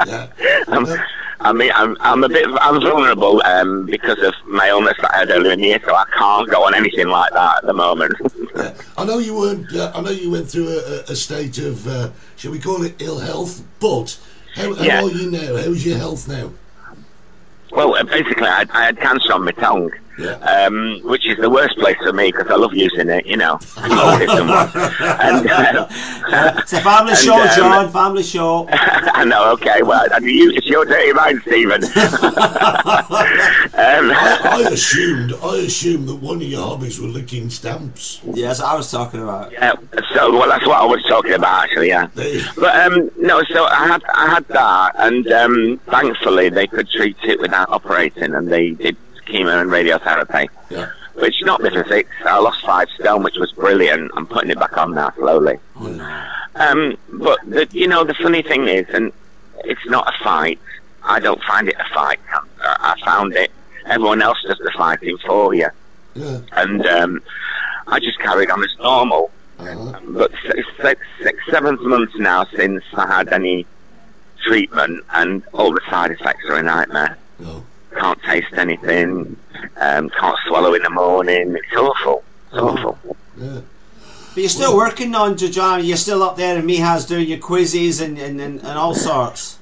B: Yeah.
D: I'm,
B: Uh,
D: I mean, I'm, I'm a bit I'm vulnerable um, because of my illness that I had earlier in the year, so I can't go on anything like that at the moment.
B: Yeah. I know you weren't. Uh, I know you went through a, a- a state of, uh, shall we call it, ill health. But how, how
D: Yeah.
B: are you now? How's your health now?
D: Well, uh, basically, I, I had cancer on my tongue,
B: Yeah.
D: um, which is the worst place for me because I love using it, you know. I love it so much. and, uh,
C: It's a family
D: And,
C: show,
D: um,
C: John. Family show.
D: I know, okay, well, and you, it's your dirty mind, Stephen. um,
B: I, I assumed. I assumed that one of your hobbies were licking stamps.
C: Yeah, that's what I was talking about.
D: uh, so, well, that's what I was talking about, actually, yeah.
B: They,
D: But um, no, so I had I had that, and um, thankfully they could treat it without operating, and they did chemo and radiotherapy,
B: yeah.
D: which knocked me for six. I lost five stone, which was brilliant. I'm putting it back on now slowly. Um, but the, you know, the funny thing is, and it's not a fight. I don't find it a fight. I I found it. Everyone else does the fighting for you,
B: Yeah.
D: and um, I just carried on as normal
B: Uh-huh.
D: but six, six, six, seventh month now since I had any treatment, and all the side effects are a nightmare.
B: No.
D: Can't taste anything, um, can't swallow in the morning. It's awful. It's awful.
B: Yeah.
C: But you're still working on John. You're still up there in Mihas doing your quizzes and, and, and, and all sorts.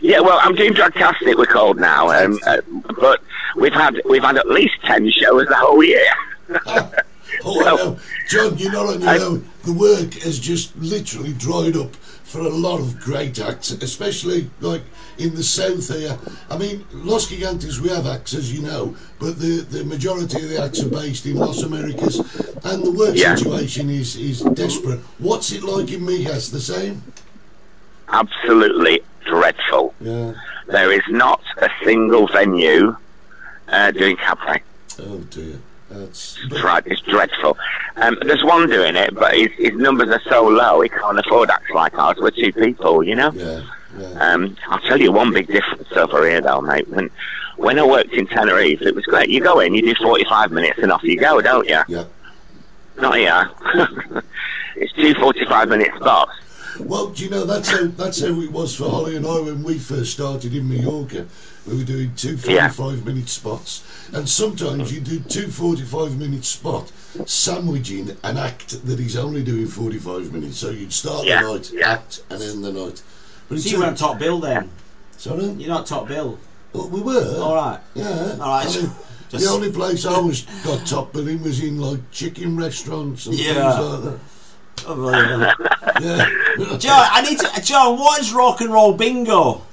D: Yeah, well, I'm doing Dragcastic. We're called now, um, uh, but we've had we've had at least ten shows the whole year.
B: Ah, Oh, I know. John, you're not on your
D: I-
B: own. The work has just literally dried up for a lot of great acts, especially like in the south here. I mean, Los Gigantes, we have acts, as you know, but the, the majority of the acts are based in Los Americas, and the work
D: Yeah.
B: situation is, is desperate. What's it like in Mijas? The same?
D: Absolutely dreadful.
B: Yeah.
D: There is not a single venue uh, doing cabaret.
B: Oh, dear. That's.
D: It's right, it's dreadful. Um, there's one doing it, but his, his numbers are so low he can't afford acts like ours. We're two people, you know.
B: Yeah. yeah.
D: Um, I'll tell you one big difference over here, though, mate. When when I worked in Tenerife, it was great. You go in, you do 45 minutes, and off you go, don't you?
B: Yeah.
D: Not here. it's two 45 minute spots.
B: Well, do you know that's how that's how it was for Holly and I when we first started in Mallorca. We were doing two
D: Yeah.
B: 45 minute spots, and sometimes you do two 45 minute spot sandwiching an act that is only doing 45 minutes. So you'd start
D: Yeah,
B: the night,
D: yeah.
B: act, and end the night. But it's
C: So you weren't top bill then.
B: sorry,
C: You're not top bill.
B: Well, we were
C: All right.
B: Yeah,
C: All right.
B: I mean,
C: Just-
B: the only place I was got top billing was in like chicken restaurants and
C: Yeah.
B: things like
C: John,
B: that. Yeah.
C: I need to. John, what is rock and roll bingo?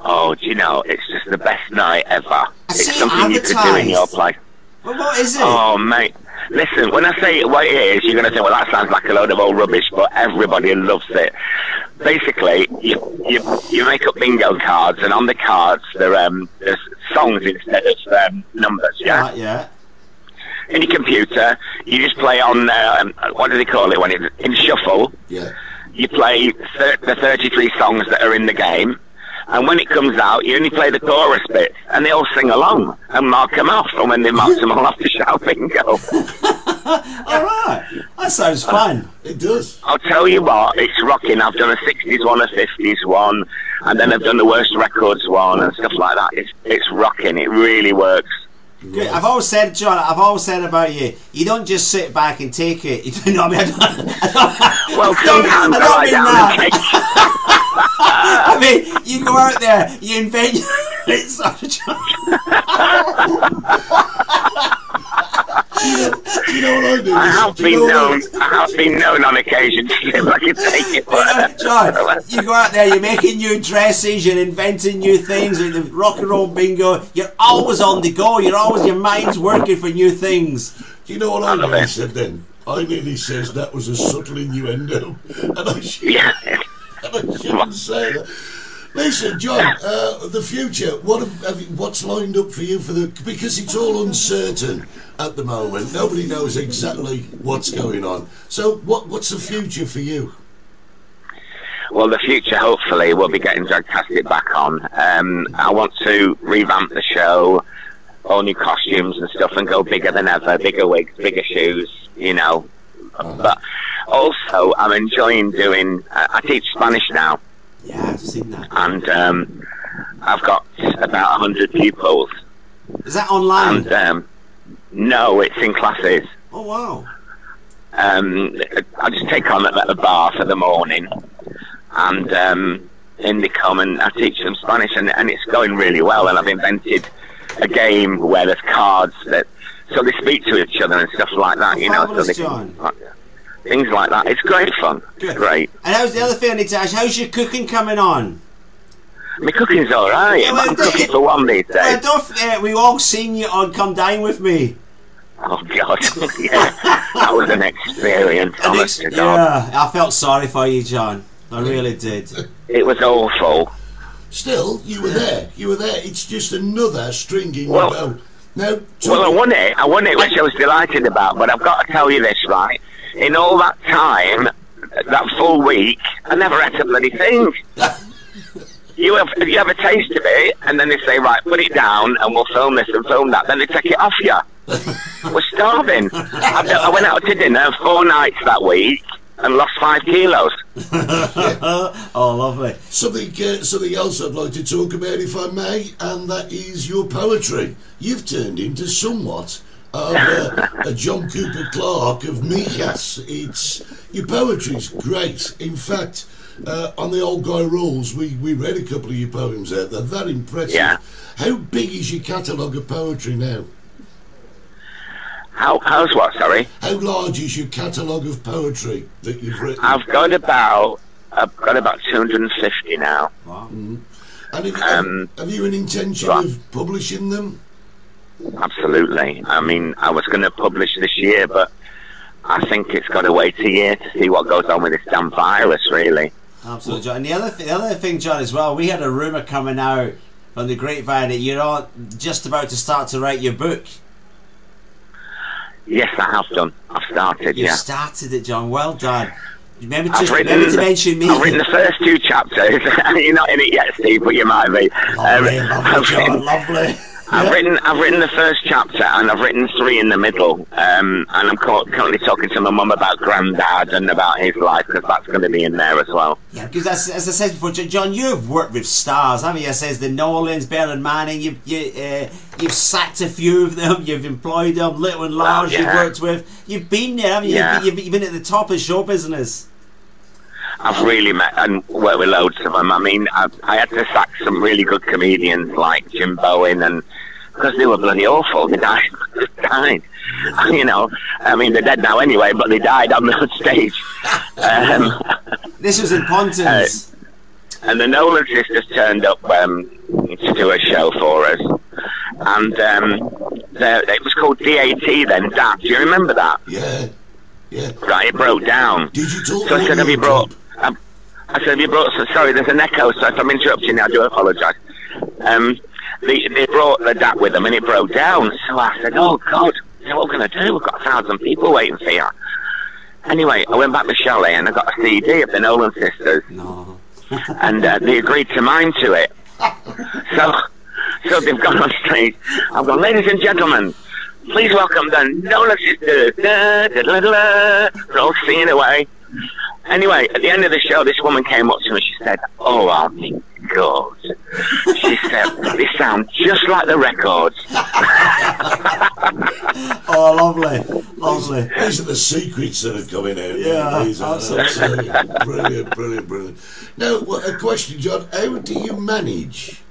D: Oh, do you know, it's just the best night ever. it's
C: see it
D: something you could do in your
C: advertised.
D: place.
C: Well, what is it?
D: Oh, mate. Listen, when I say what it is, you're going to think, well, that sounds like a load of old rubbish, but everybody loves it. Basically, you, you, you make up bingo cards, and on the cards, there, um, there's songs instead of um, numbers, yeah?
C: Right, yeah.
D: In your computer, you just play on, um, what do they call it when it's in shuffle?
B: yeah.
D: you play thir- the 33 songs that are in the game, and when it comes out, you only play the chorus bits, and they all sing along and mark them off. And when they mark them all off, they shout bingo.
C: All right. That sounds
D: Uh,
C: fun.
B: It does.
D: I'll tell you what, it's rocking. I've done a 60s one, a 50s one, and then I've done the worst records one and stuff like that. It's it's rocking. It really works.
C: Good. I've always said, John. I've always said about you. You don't just sit back and take it. You know what I mean? I don't, I don't,
D: Well, sometimes
C: I
D: I
C: don't
D: lie
C: mean
D: down
C: that.
D: and take.
C: I mean, you go out there, you invent. it's not a joke.
B: You know what I do?
D: I
B: is-
D: have
B: do you know
D: been
B: what I-
D: known. I have been known on occasion to see if I can take it.
C: Uh,
D: But,
C: John, you go out there, you're making new dresses, you're inventing new things, and the rock and roll bingo. You're always on the go. You're always your mind's working for new things.
B: Do you know what I
D: love
B: nearly
D: it.
B: said then? I nearly says that was a subtle innuendo, and I, should,
D: yeah.
B: and I shouldn't say that. Listen, John, uh, the future. What have, have you, what's lined up for you for the? Because it's all uncertain at the moment. Nobody knows exactly what's going on. So, what what's the future for you?
D: Well, the future, hopefully, will be getting Dragtastic back on. Um, I want to revamp the show, all new costumes and stuff, and go bigger than ever, bigger wigs, bigger shoes, you know. But also, I'm enjoying doing. Uh, I teach Spanish now,
C: Yeah, I've seen that.
D: and um, I've got about 100 pupils.
C: Is that online?
D: And um, no, it's in classes.
C: Oh wow!
D: um, I just take on them at the bar for the morning, and um, in they come and I teach them Spanish, and, and it's going really well. And I've invented a game where there's cards that so they speak to each other and stuff like that, you know. So
C: Fabulous,
D: they
C: John.
D: can, like, things like that. It's great fun. It's
C: Good.
D: great.
C: And how's the other thing I need to ask? How's your cooking coming on?
D: My cooking's all right.
C: Yeah, well,
D: I'm cooking for one these
C: Well,
D: days.
C: don't forget, we all seen you on Come Dine with Me.
D: Oh God, yeah, that was an experience.
C: And
D: Honest to
C: it's-
D: God,
C: yeah, I felt sorry for you, John. I really did.
D: it was awful.
B: Still, you were there. You were there. It's just another string in
D: Well-
B: your bow. Now,
D: Well, I
B: talk-
D: won it. I won it, which I was delighted about. But I've got to tell you this, right? In all that time, that full week, I never ate a bloody thing. You have you have a taste of it, and then they say, right, put it down, and we'll film this and film that. Then they take it off you. We're starving. I, d- I went out to dinner four nights that week and lost five kilos.
C: oh, lovely.
B: Something, uh, something else I'd like to talk about, if I may, and that is your poetry. You've turned into somewhat of uh, a John Cooper Clarke of Mijas. It's your poetry's great. In fact, uh, on the old guy rules, we, we read a couple of your poems out. They're that impressive.
D: Yeah.
B: How big is your catalogue of poetry now?
D: How, how's what, sorry?
B: How large is your catalogue of poetry that you've written?
D: I've got about, I've got about 250 now.
C: Wow.
B: and have,
D: um,
B: have you an intention
D: right.
B: of publishing them?
D: Absolutely. I mean, I was going to publish this year, but I think it's got to wait a year to see what goes on with this damn virus, really.
C: Absolutely, John. And the other, th- the other thing, John, as well, we had a rumor coming out from the grapevine that you're on just about to start to write your book.
D: Yes, I have done. I've started,
C: You
D: yeah.
C: started it, John. Well done. Remember to,
D: I've written,
C: remember to mention me.
D: I've written the first two chapters. You're not in it yet, Steve, but you might be.
C: lovely,
D: Um,
C: Oh, lovely,
D: I've
C: John.
D: written-
C: Lovely.
D: I've written I've written the first chapter and I've written three in the middle. Um, and I'm cur- currently talking to my mum about Grandad and about his life because that's going to be in there as well.
C: Yeah, because as, as I said before, Jo- John, you've worked with stars, haven't you? Says the Nolans, Bernard Manning. You've you, uh, you've sacked a few of them. You've employed them. Little and large. You've
D: yeah.
C: worked with. You've been there, haven't you?
D: Yeah.
C: You've, you've, you've been at the top of show business.
D: I've really met and worked with loads of them. I mean, I, I had to sack some really good comedians like Jim Bowen and because they were bloody awful. They died. died. You know, I mean, they're dead now anyway, but they died on the stage. Um,
C: This was in
D: Uh,
C: Pontins.
D: and the Nolan sisters turned up um, to do a show for us, and um, the, it was called DAT then. DAT. Do you remember that?
B: Yeah. Yeah.
D: Right, it broke down.
B: Digital.
D: So I said,
B: audio
D: have you brought?
B: club.
D: Um, I said, have you brought? So, sorry, there's an echo, so if I'm interrupting, I do apologise. Um, they, they brought the DAT with them, and it broke down. So I said, oh God, so what are we going to do? We've got a thousand people waiting for you. Anyway, I went back to Chalet and I got a CD of the Nolan sisters
C: No.
D: and uh, they agreed to mime to it. So, so they've gone on stage. I've gone, ladies and gentlemen, please welcome the Nola Sisters. Da, da, da, da, da." They're all singing away. Anyway, at the end of the show, this woman came up to me. She said, "Oh, I mean, God." She said, "They sound just like the records."
C: Oh, lovely, lovely.
B: These are the secrets that are coming out.
C: Yeah,
B: These are
C: absolutely.
B: absolutely brilliant, brilliant, brilliant. Now, what, a question, John. How do you manage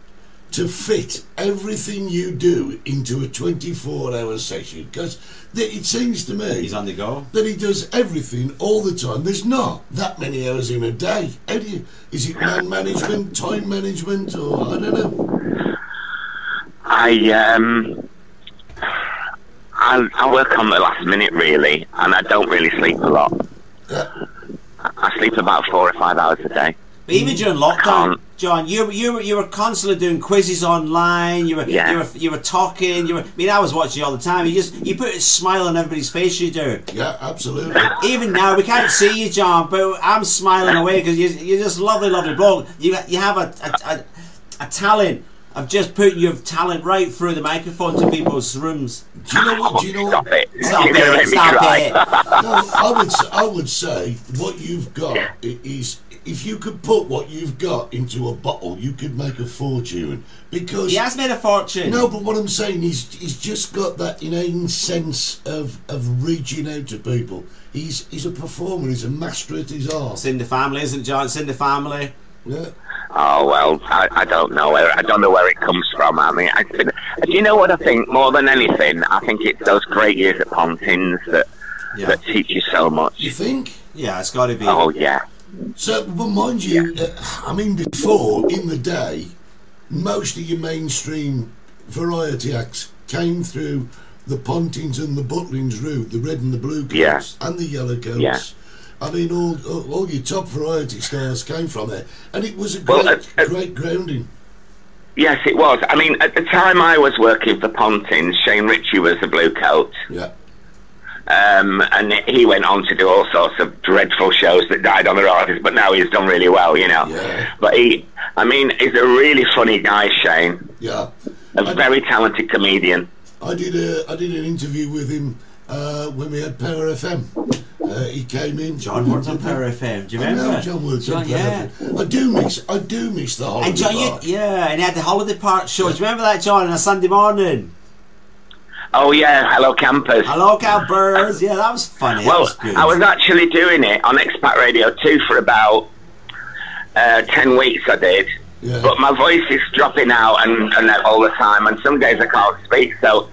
B: to fit everything you do into a 24-hour session? Because it seems to me
C: He's on the go.
B: that he does everything all the time. There's not that many hours in a day. How do you, is it man management, time management, or I don't know?
D: I um, I, I work on the last minute really, and I don't really sleep a lot.
B: Uh,
D: I sleep about four or five hours a day.
C: But even during
B: Um,
C: lockdown, John, you you were you were constantly doing quizzes online. You were
D: Yeah.
C: you were you were talking. You were. I mean, I was watching you all the time. You just you put a smile on everybody's face. You do.
B: yeah, absolutely.
C: Even now, we can't see you, John, but I'm smiling away because you, you're just lovely, lovely bloke. You you have a a, a, a talent. of just putting your talent right through the microphone to people's rooms.
B: Do you know what? Do you know
D: Stop
B: what?
D: it!
C: Stop
D: You're gonna
C: it!
D: make me
C: Stop
D: cry.
C: it!
B: No, I would, s- I would say what you've got i- is if you could put what you've got into a bottle, you could make a fortune. Because
C: He has made a fortune.
B: no, but what I'm saying is he's just got that inane sense of of reaching out to people. He's he's a performer. He's a master at his
C: It's
B: art.
C: in the family, isn't it, John? It's in the family.
B: Yeah.
D: Oh well, I, I don't know. Where, I don't know where it comes from. I mean, I, do you know what I think? More than anything, I think it's those great years at Pontins that
C: Yeah.
D: that teach you so
B: You
D: much.
B: think?
C: Yeah, it's got to be.
D: Oh yeah,
B: So, but mind you, uh, I mean, before in the day, most of your mainstream variety acts came through the Pontins and the Butlins route, the red and the blue coats
D: Yeah.
B: and the yellow coats.
D: Yeah.
B: I mean, all, all all your top variety stars came from there, and it was a
D: Well,
B: great,
D: uh, uh,
B: great grounding.
D: yes, it was. I mean, at the time I was working for Pontins, Shane Ritchie was the blue coat,
B: Yeah,
D: um, and he went on to do all sorts of dreadful shows that died on their artists. But now he's done really well, you know.
B: Yeah.
D: But he, I mean, he's a really funny guy, Shane.
B: yeah.
D: A very talented comedian.
B: I did a I did an interview with him uh, when we had Power FM. Uh, he came in.
C: John worked on Power FM. Do you
B: I
C: remember?
B: know John worked on Power
C: yeah.
B: FM. I do miss I do miss the holiday
C: And John, you,
B: park.
C: yeah, and he had the holiday park show. Do you remember that, John, on a Sunday morning?
D: Oh yeah, hello campers.
C: Hello, cowbirds. Yeah, that was funny. that
D: Well,
C: was good.
D: I was actually doing it on Expat Radio 2 for about uh, 10 weeks, I did.
B: Yeah.
D: But my voice is dropping out and, and that all the time, and some days I can't speak, so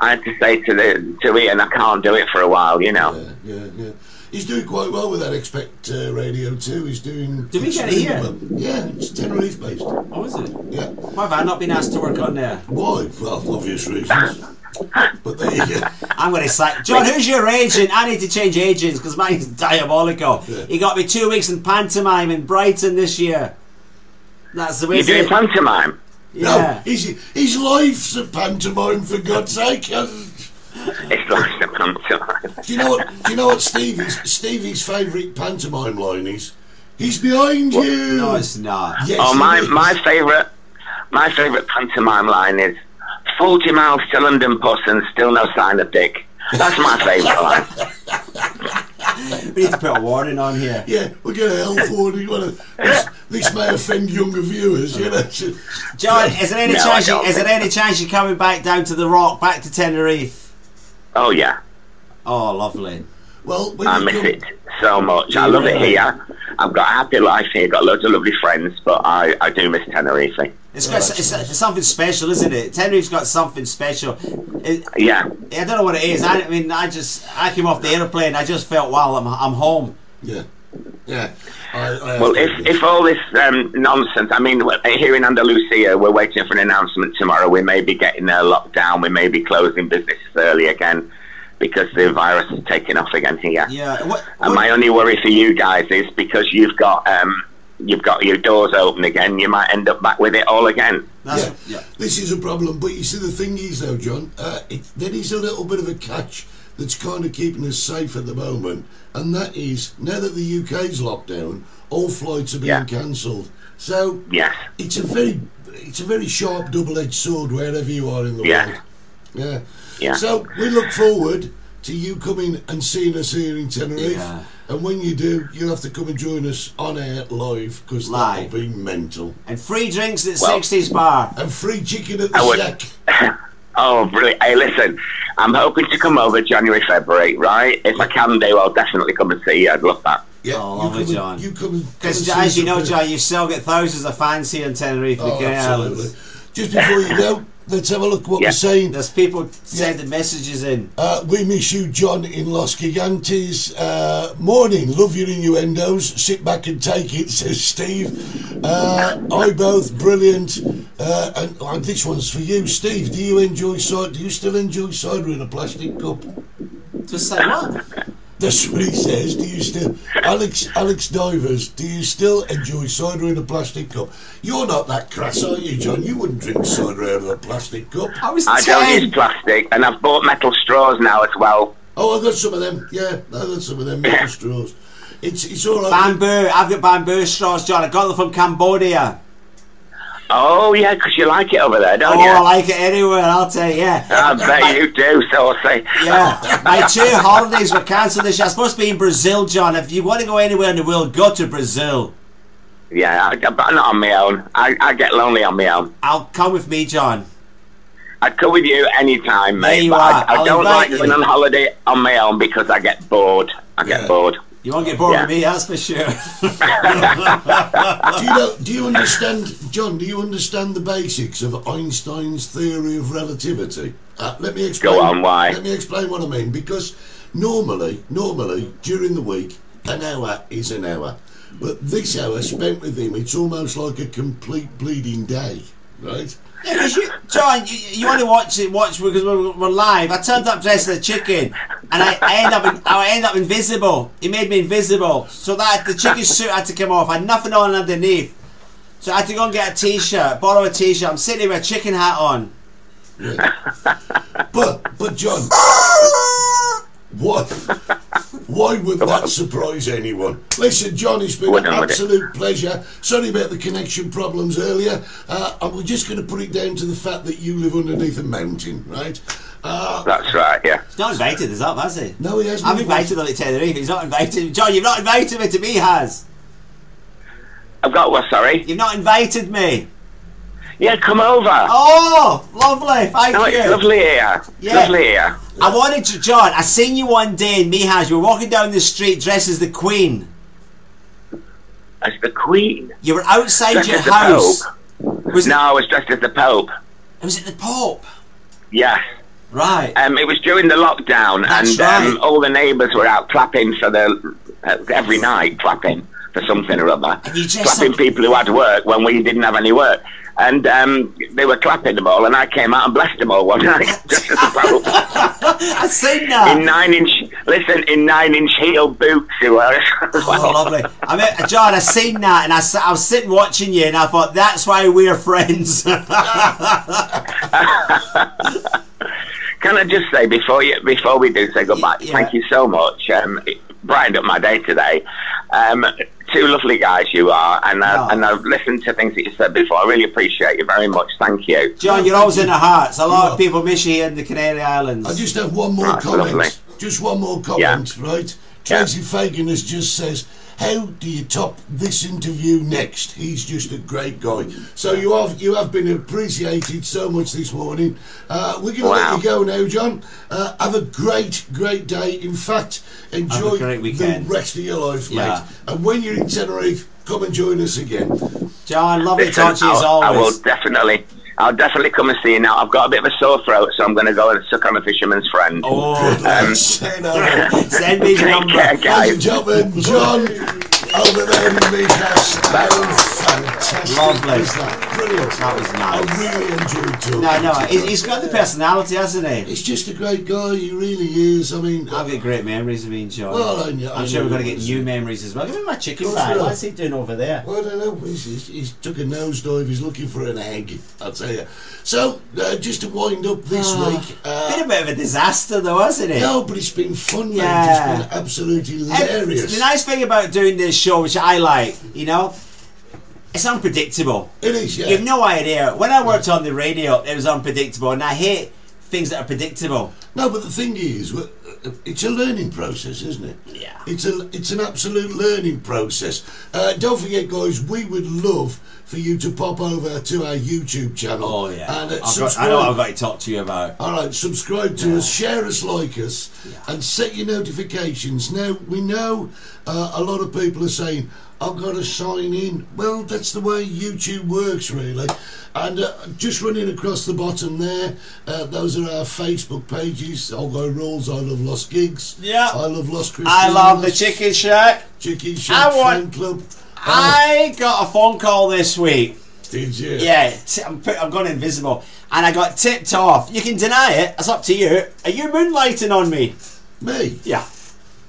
D: I had to say to the to Ian, I can't do it for a while, you know.
B: Yeah, yeah, yeah. He's doing quite well with that Expect uh, Radio too. He's doing.
C: Did we get it here?
B: Yeah, it's Tenerife based.
C: Oh, is it?
B: Yeah.
C: Why have I not been asked to work on there?
B: Why? Well, obvious reasons. but there you go.
C: I'm going to sack John. Who's your agent? I need to change agents because mine's diabolical.
B: Yeah.
C: He got me two weeks in pantomime in Brighton this year. That's the way.
D: You're
C: it's-
D: doing pantomime.
C: Yeah.
B: No, his, his life's a pantomime for God's sake. Uh,
D: It's like a pantomime.
B: Do you know what? Do you know what Stevie's Stevie's favourite pantomime line is? He's behind you.
C: No, it's not.
B: Yes,
D: Oh,
B: it
D: my
B: is.
D: my favourite my favourite pantomime line is forty miles to London bus and still no sign of Dick. That's my favourite line.
C: We need to put a warning on here.
B: Yeah, we're gonna health warning. Well, this, this may offend younger viewers. You know.
C: John, is there any
D: No, I
C: chance? You,
D: don't
C: is there
D: think
C: any chance you're coming back down to the Rock, back to Tenerife?
D: Oh yeah.
C: Oh, lovely.
B: Well, when
D: I
B: you
D: miss
B: come-
D: it so much. I love it here. I've got a happy life here, got loads of lovely friends, but I, I do miss Tenerife.
C: It's got it's, it's something special, isn't it? Tenerife's got something special. It,
D: Yeah.
C: I don't know what it is. I, I mean, I just I came off the airplane. I just felt, wow, I'm I'm home.
B: Yeah, yeah. I, I
D: Well, if, if all this um, nonsense, I mean, w- here in Andalusia, we're waiting for an announcement tomorrow. We may be getting a lockdown. We may be closing businesses early again because the virus is taking off again here.
C: Yeah. What,
D: And
C: what-
D: my only worry for you guys is because you've got um, you've got your doors open again, you might end up back with it all again.
C: that's,
B: yeah.
C: yeah.
B: This is a problem, but you see, the thing is, though, John, uh, it, there is a little bit of a catch that's kind of keeping us safe at the moment, and that is now that the UK's locked down, all flights are being
D: Yeah.
B: cancelled. So
D: Yes.
B: it's a very, it's a very sharp double-edged sword wherever you are in the
D: Yeah.
B: world. Yeah.
D: Yeah.
B: So we look forward to you coming and seeing us here in Tenerife.
C: Yeah.
B: And when you do, you'll have to come and join us on air live because that'll
C: Live.
B: be mental.
C: And free drinks at
D: Well-
C: Sixties Bar.
B: And free chicken at the
D: I would-
B: shack.
D: Oh, brilliant. Hey, listen, I'm hoping to come over January, February, right? If I can do, I'll definitely come and see you. I'd love that.
B: Yeah,
C: Oh,
B: you
C: lovely,
B: come and-
C: John.
B: You come and come and
C: Because
B: see
C: as you know,
B: something.
C: John, you still get thousands of fans here in Tenerife.
B: Oh,
C: the Canary Islands.
B: absolutely. Just before you go, let's have a look what
D: Yeah.
B: we're saying.
C: There's people sending messages in.
B: Uh, we miss you, John, in Los Gigantes. Uh, morning, love your innuendos. Sit back and take it, says Steve. Uh, I both brilliant. Uh, and oh, this one's for you, Steve. Do you enjoy cider? Do you still enjoy cider in a plastic cup?
C: Just say what?
B: That's what he says. Do you still, Alex? Alex Divers, do you still enjoy cider in a plastic cup? You're not that crass, are you, John? You wouldn't drink cider out of a plastic cup.
C: I was
D: I don't use
C: ten.
D: plastic, and I've bought metal straws now as well.
B: Oh, I got some of them. Yeah, I got some of them metal straws. It's it's all right.
C: Bamboo. I've got bamboo straws, John. I got them from Cambodia.
D: Oh, yeah, 'cause you like it over there, don't
C: Oh, I
D: you?
C: like it anywhere. I'll tell you. Yeah.
D: I bet you do, saucy.
C: Yeah, my two holidays were cancelled this year. I was supposed to be in Brazil, John. If you want to go anywhere in the world, go to Brazil.
D: Yeah, I, but not on my own. I, I get lonely on my own.
C: I'll come with me, John.
D: I'd come with you anytime,
C: There
D: mate.
C: you
D: but
C: are.
D: I,
C: I'll
D: I don't
C: invite
D: like
C: you.
D: going on holiday on my own because I get bored. I get
B: Yeah.
D: bored.
C: You won't get bored
D: Yeah.
C: with me, that's for sure.
B: Do you know? Do you understand, John? Do you understand the basics of Einstein's theory of relativity? Uh, let me explain.
D: on, why?
B: Let me explain what I mean. Because normally, normally during the week, an hour is an hour, but this hour spent with him, it's almost like a complete bleeding day, right?
C: Yeah, 'cause you, John, you, you only watch it watch because we're, we're live. I turned up dressed as a chicken, and I, I end up in, I end up invisible. He made me invisible, so that the chicken suit had to come off. I had nothing on underneath, so I had to go and get a t-shirt, borrow a t-shirt. I'm sitting here with a chicken hat on.
B: But but John, what? Why would that surprise anyone? Listen, John, it's been an
D: Wouldn't would it?
B: absolute pleasure. Sorry about the connection problems earlier. Uh, and we're just going to put it down to the fact that you live underneath a mountain, right? Uh,
D: That's right, yeah.
C: He's not invited us up, has he?
B: no, he hasn't.
C: I'm invited on the Tenerife. He's not invited. John, you've not invited me to be has.
D: I've got what, sorry?
C: You've not invited me.
D: Yeah, come over.
C: Oh, lovely. Thank
D: No,
C: you.
D: it's lovely here.
C: Yeah.
D: Lovely here.
C: I wanted to, John. I seen you one day in Mihaj. You were walking down the street dressed as the Queen.
D: As the Queen.
C: You were outside
D: Dressed
C: your
D: as the
C: house.
D: Pope.
C: Was
D: No, I was dressed as the Pope.
C: it was it the Pope?
D: Yes.
C: Right.
D: Um, it was during the lockdown,
C: That's
D: and um,
C: right.
D: all the neighbours were out clapping for the uh, every night clapping for something or other,
C: And you just
D: clapping
C: have-
D: people who had work when we didn't have any work, and um, they were clapping them all, and I came out and blessed them all one night just as a problem.
C: I've seen that.
D: in nine inch, listen, in nine inch heel boots you were.
C: Oh, lovely. I mean, John, I seen that, and I, s- I was sitting watching you, and I thought that's why we're friends.
D: Can I just say before you before we do say goodbye,
C: Y- yeah.
D: thank you so much. Um, it brightened up my day today. Um, two lovely guys you are, and I,
C: Oh.
D: and I've listened to things that you said before. I really appreciate you very much. Thank you.
C: John, you're always in our hearts. A lot
B: are.
C: of people miss you here in the Canary Islands.
B: I just have one more
D: Right,
B: comment.
D: lovely.
B: Just one more comment, right? Tracy Fagan has just says, "How do you top this interview next?" He's just a great guy. So you have you have been appreciated so much this morning. Uh, we're going to
D: Wow.
B: let you go now, John. Uh, have a great, great day. In fact, enjoy
C: great
B: the
C: weekend.
B: rest of your life,
C: Yeah.
B: mate. And when you're in Tenerife, come and join us again.
C: John, lovely
D: Listen,
C: talking to you as
D: I'll- I will
C: always.
D: definitely. I'll definitely come and see you now. I've got a bit of a sore throat, so I'm going to go and suck on a fisherman's friend.
C: Oh,
D: Um,
C: send me your
D: Take care,
C: number.
B: Ladies
D: guys.
B: and gentlemen, John over there in the meat house. How fantastic
C: Lovely.
B: was that? Brilliant.
C: That was nice.
B: I really enjoyed talking
C: No, no,
B: to
C: he-
B: John.
C: he's got the personality, hasn't he?
B: He's just a great guy, he really is. I mean,
C: I've got great memories of being John.
B: Well, I knew-
C: I'm
B: I
C: sure we're
B: knew
C: going to
B: it
C: get
B: was-
C: new memories as well. Give me my chicken
B: Good
C: fry.
B: for
C: What's he doing over there?
B: I don't know. He's, he's, he's took a nosedive. He's looking for an egg. I'll tell you. So, uh, just to wind up this week.
C: been
B: Uh,
C: a Ah, bit of a disaster, though, hasn't it?
B: no, but it's been fun, mate.
C: Yeah.
B: It's been absolutely
C: And
B: hilarious.
C: the nice thing about doing this show, which I like, you know, it's unpredictable.
B: it is, yeah.
C: You have no idea. When I worked on the radio, it was unpredictable, and I hate things that are predictable.
B: No, but the thing is, w- uh, it's a learning process, isn't it?
C: Yeah.
B: It's a it's an absolute learning process. Uh, don't forget, guys, we would love for you to pop over to our YouTube channel.
C: Oh yeah,
B: And uh,
C: I've got, I
B: subscribe.
C: know what I've got to talk to you about.
B: All right, subscribe to us, share us, like us, and set your notifications. Now we know uh, a lot of people are saying, "I've got to sign in." Well, that's the way YouTube works, really. And uh, just running across the bottom there, uh, those are our Facebook pages. I'll go rules. I love lost gigs.
C: Yeah.
B: I love lost Christmas.
C: I love the chicken shack.
B: chicken shop
C: I want-
B: fan club. Oh,
C: I got a phone call this week.
B: Did you?
C: Yeah, t- I'm, put, I'm gone invisible, and I got tipped off. You can deny it. It's up to you. Are you moonlighting on me?
B: Me?
C: Yeah.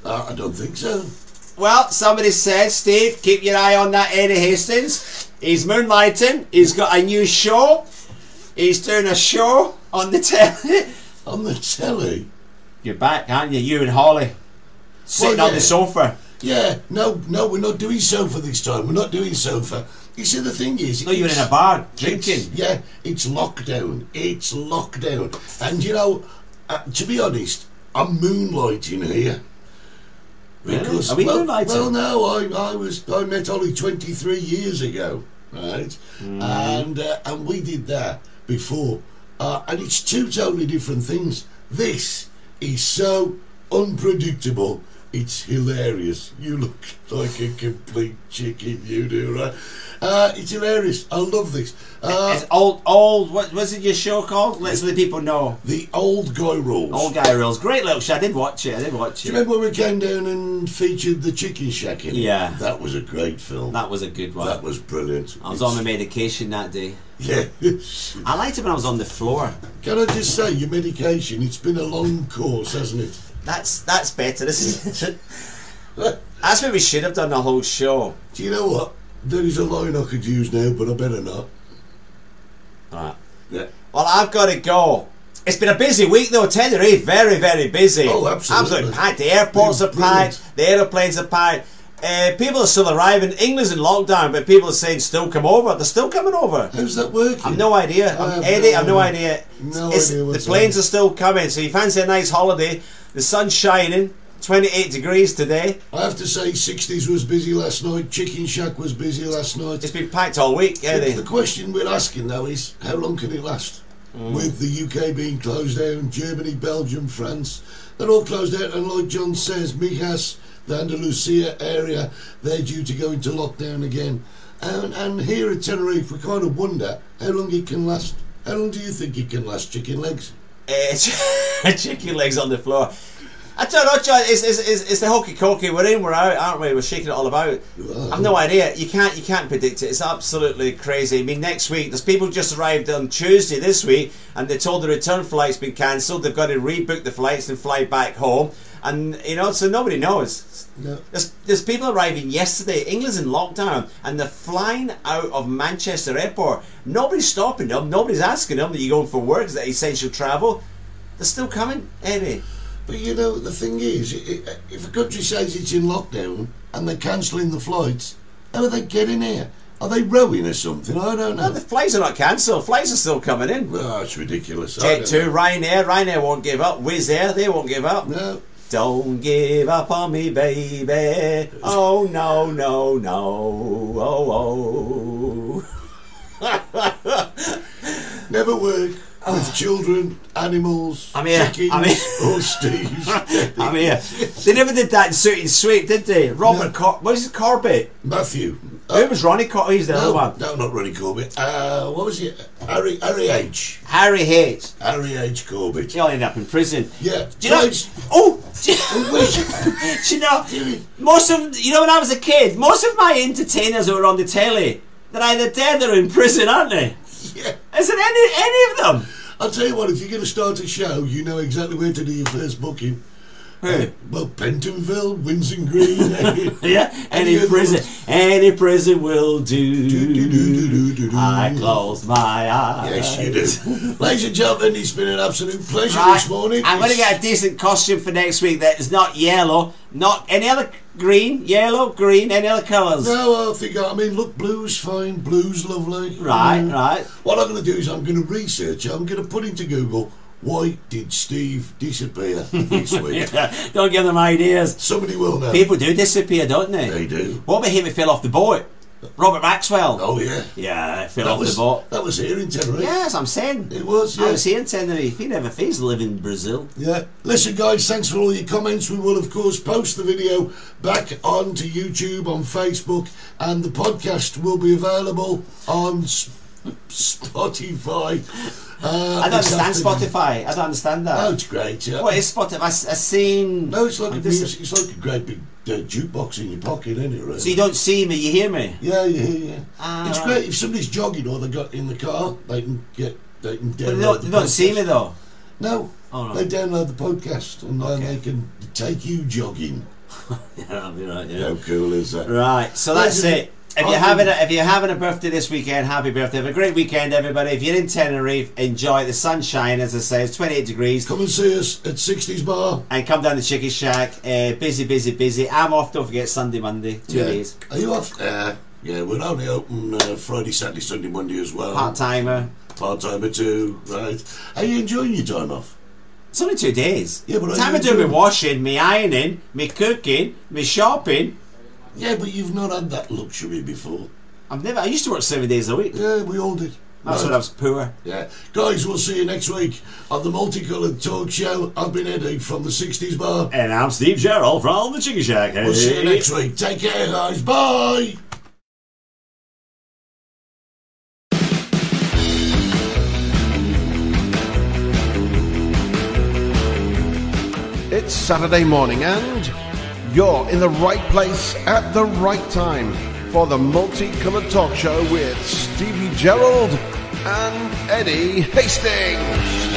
B: Uh, I don't think so.
C: Well, somebody said, Steve, keep your eye on that Eddie Hastings. He's moonlighting. He's got a new show. He's doing a show on the telly.
B: On the telly.
C: You're back, aren't you? You and Holly sitting
B: Well,
C: on the
B: yeah.
C: sofa.
B: Yeah, no, no, we're not doing sofa this time. We're not doing sofa. You see, the thing is,
C: No, you're in
B: it's-
C: a bar
B: it's-
C: drinking.
B: Yeah, it's lockdown. It's lockdown. And you know, uh, to be honest, I'm moonlighting here.
C: Really? Are we
B: well,
C: moonlighting?
B: Well, no, I, I was I met Ollie 23 years ago, right?
C: Mm.
B: And uh, and we did that before, uh, and it's two totally different things. This is so unpredictable. It's hilarious. You look like a complete chicken. You do, right? Uh, it's hilarious. I love this. Uh,
C: It's old, old, what was it your show called? Let's let the people know.
B: the old guy rules.
C: Old Guy Rules. Great little show. I did watch it. I did watch
B: Do you
C: it.
B: remember when we came down and featured the Chicken Shack in it?
C: Yeah.
B: That was a great film.
C: That was a good one.
B: That was brilliant.
C: I was on my medication that day.
B: Yeah.
C: I liked it when I was on the floor.
B: Can I just say, your medication, it's been a long course, hasn't it?
C: That's that's better, isn't it? That's what we should have done the whole show.
B: Do you know what? There is a line I could use now, but I better not.
C: Right.
B: Yeah.
C: Well, I've got to go. It's been a busy week though. Tenerife, very, very busy.
B: Oh, absolutely.
C: Absolutely packed. The airports are
B: Been
C: packed. The aeroplanes are packed. Uh, people are still arriving. England's in lockdown, but people are saying still come over. They're still coming over.
B: How's that working?
C: I've no idea.
B: I
C: I'm,
B: have
C: Eddie,
B: no
C: I've no
B: idea.
C: idea.
B: No
C: It's-
B: idea
C: the
B: what's
C: planes
B: on.
C: are still coming, so you fancy a nice holiday. The sun's shining. 28 degrees today.
B: I have to say, 60s was busy last night, Chicken Shack was busy last night.
C: It's been packed all week, Eddie.
B: The question we're asking though is how long can it last? With the UK being closed down, Germany, Belgium, France, they're all closed out. And like John says, Mijas, the Andalusia area, they're due to go into lockdown again. And, and here at Tenerife, we kind of wonder how long it can last. How long do you think it can last, chicken legs?
C: uh, chicken legs on the floor. I don't know, John. It's, it's, it's, it's the hokey cokey. We're in, we're out, aren't we? We're shaking it all about. I've no idea. You can't you can't predict it. It's absolutely crazy. I mean, next week there's people just arrived on Tuesday this week, and they're told the return flight's been cancelled. They've got to rebook the flights and fly back home. And you know, so nobody knows.
B: No.
C: There's, there's people arriving yesterday. England's in lockdown, and they're flying out of Manchester Airport. Nobody's stopping them. Nobody's asking them that you're going for work. Is that essential travel? They're still coming, Eddie.
B: But you know, the thing is, i- i- if a country says it's in lockdown and they're cancelling the flights, how are they getting here? Are they rowing or something? I don't
C: No,
B: know.
C: the flights are not cancelled. Flights are still coming in.
B: Oh, it's ridiculous. I
C: Jet
B: don't
C: 2,
B: know.
C: Ryanair, Ryanair won't give up. Wizz Air, they won't give up.
B: No.
C: Don't give up on me, baby. Oh, no, no, no. Oh, oh.
B: Never work with children, animals,
C: Ah. I'm here.
B: chickens,
C: I'm here.
B: or Steve's.
C: I'm here. They never did that in Suit and Sweet, did they? Robert Cor- what is it, Corbett?
B: Matthew.
C: Who was Ronnie Corbett? He's the
B: no,
C: other one.
B: no, not Ronnie Corbett. Uh, what was it? Harry, Harry H.
C: Harry Hayes.
B: Harry H. Corbett.
C: He'll end up in prison.
B: Yeah.
C: Do you know?
B: Right.
C: Oh, do you- do you know? Most of you know when I was a kid, most of my entertainers that were on the telly, they're either dead or in prison, aren't they?
B: Yeah.
C: Is it any any of them?
B: I'll tell you what, if you're going to start a show, you know exactly where to do your first booking.
C: Who?
B: Well, Pentonville, Windsor Green.
C: Yeah, any,
B: Any of
C: prison,
B: those.
C: any prison will
B: do, do, do, do,
C: do.
B: do.
C: I close my eyes.
B: Yes, you do. Ladies and gentlemen, it's been an absolute pleasure
C: Right,
B: this morning.
C: I'm going to get a decent costume for next week that is not yellow, not any other green, yellow, green, any other colours.
B: No, I think, I mean, look, blue's fine, blue's lovely.
C: Right,
B: Yeah.
C: right.
B: What I'm going to do is I'm going to research, I'm going to put into Google, why did Steve disappear this week?
C: Don't give them ideas.
B: Somebody will know.
C: People do disappear, don't they?
B: They do.
C: What about him who fell off the boat? Robert Maxwell.
B: Oh, yeah.
C: Yeah, he fell
B: That
C: off
B: was,
C: the boat.
B: that was here in Tenerife.
C: Yes, I'm saying.
B: It was,
C: I
B: yeah.
C: was here in Tenerife. He never he's living in Brazil.
B: Yeah. Listen, guys, thanks for all your comments. We will, of course, post the video back onto YouTube, on Facebook, and the podcast will be available on S- Spotify. Uh,
C: I don't
B: this
C: understand
B: afternoon.
C: Spotify. I don't understand
B: Oh,
C: that.
B: it's great. Yeah.
C: What is Spotify? I, s- I seen.
B: no, it's like a
C: I'm dis-
B: music, it's like a great big uh, jukebox in your pocket, isn't it? Really?
C: So you don't see me, you hear me.
B: yeah, yeah, yeah.
C: Ah,
B: it's
C: right.
B: great if somebody's jogging or they got in the car, they can get. They can download
C: But they don't,
B: the
C: they don't see me
B: podcast.
C: though.
B: No,
C: All
B: they
C: right.
B: download the podcast and then they can take you jogging.
C: Yeah, that'll be right.
B: How
C: Yeah.
B: cool is that?
C: Right, so that's it. If you're having a, if you're having a birthday this weekend, happy birthday! Have a great weekend, everybody. If you're in Tenerife, enjoy the sunshine. As I say, it's 28 degrees,
B: Come and see us at 60s Bar.
C: and come down to Chicken Shack. Uh, busy, busy, busy. I'm off. Don't forget Sunday, Monday, two days.
B: Are you off? Uh, yeah, we're only open uh, Friday, Saturday, Sunday, Monday as well.
C: Part timer.
B: Part timer too, right? Are you enjoying your time off?
C: It's only two days.
B: Yeah, but I
C: time to
B: do-
C: do me washing, me ironing, me cooking, me shopping.
B: Yeah, but you've not had that luxury before.
C: I've never. I used to work seven days a week.
B: Yeah, we all did. Right.
C: That's when I was poor.
B: Yeah. Guys, we'll see you next week on the Multicoloured Talk Show. I've been Eddie from the 60s Bar.
C: And I'm Steve Gerald from the Chicken Shack.
B: We'll see you next week. Take care, guys. Bye.
A: It's Saturday morning and you're in the right place at the right time for the Multicolored Talk Show with Stevie Gerald and Eddie Hastings.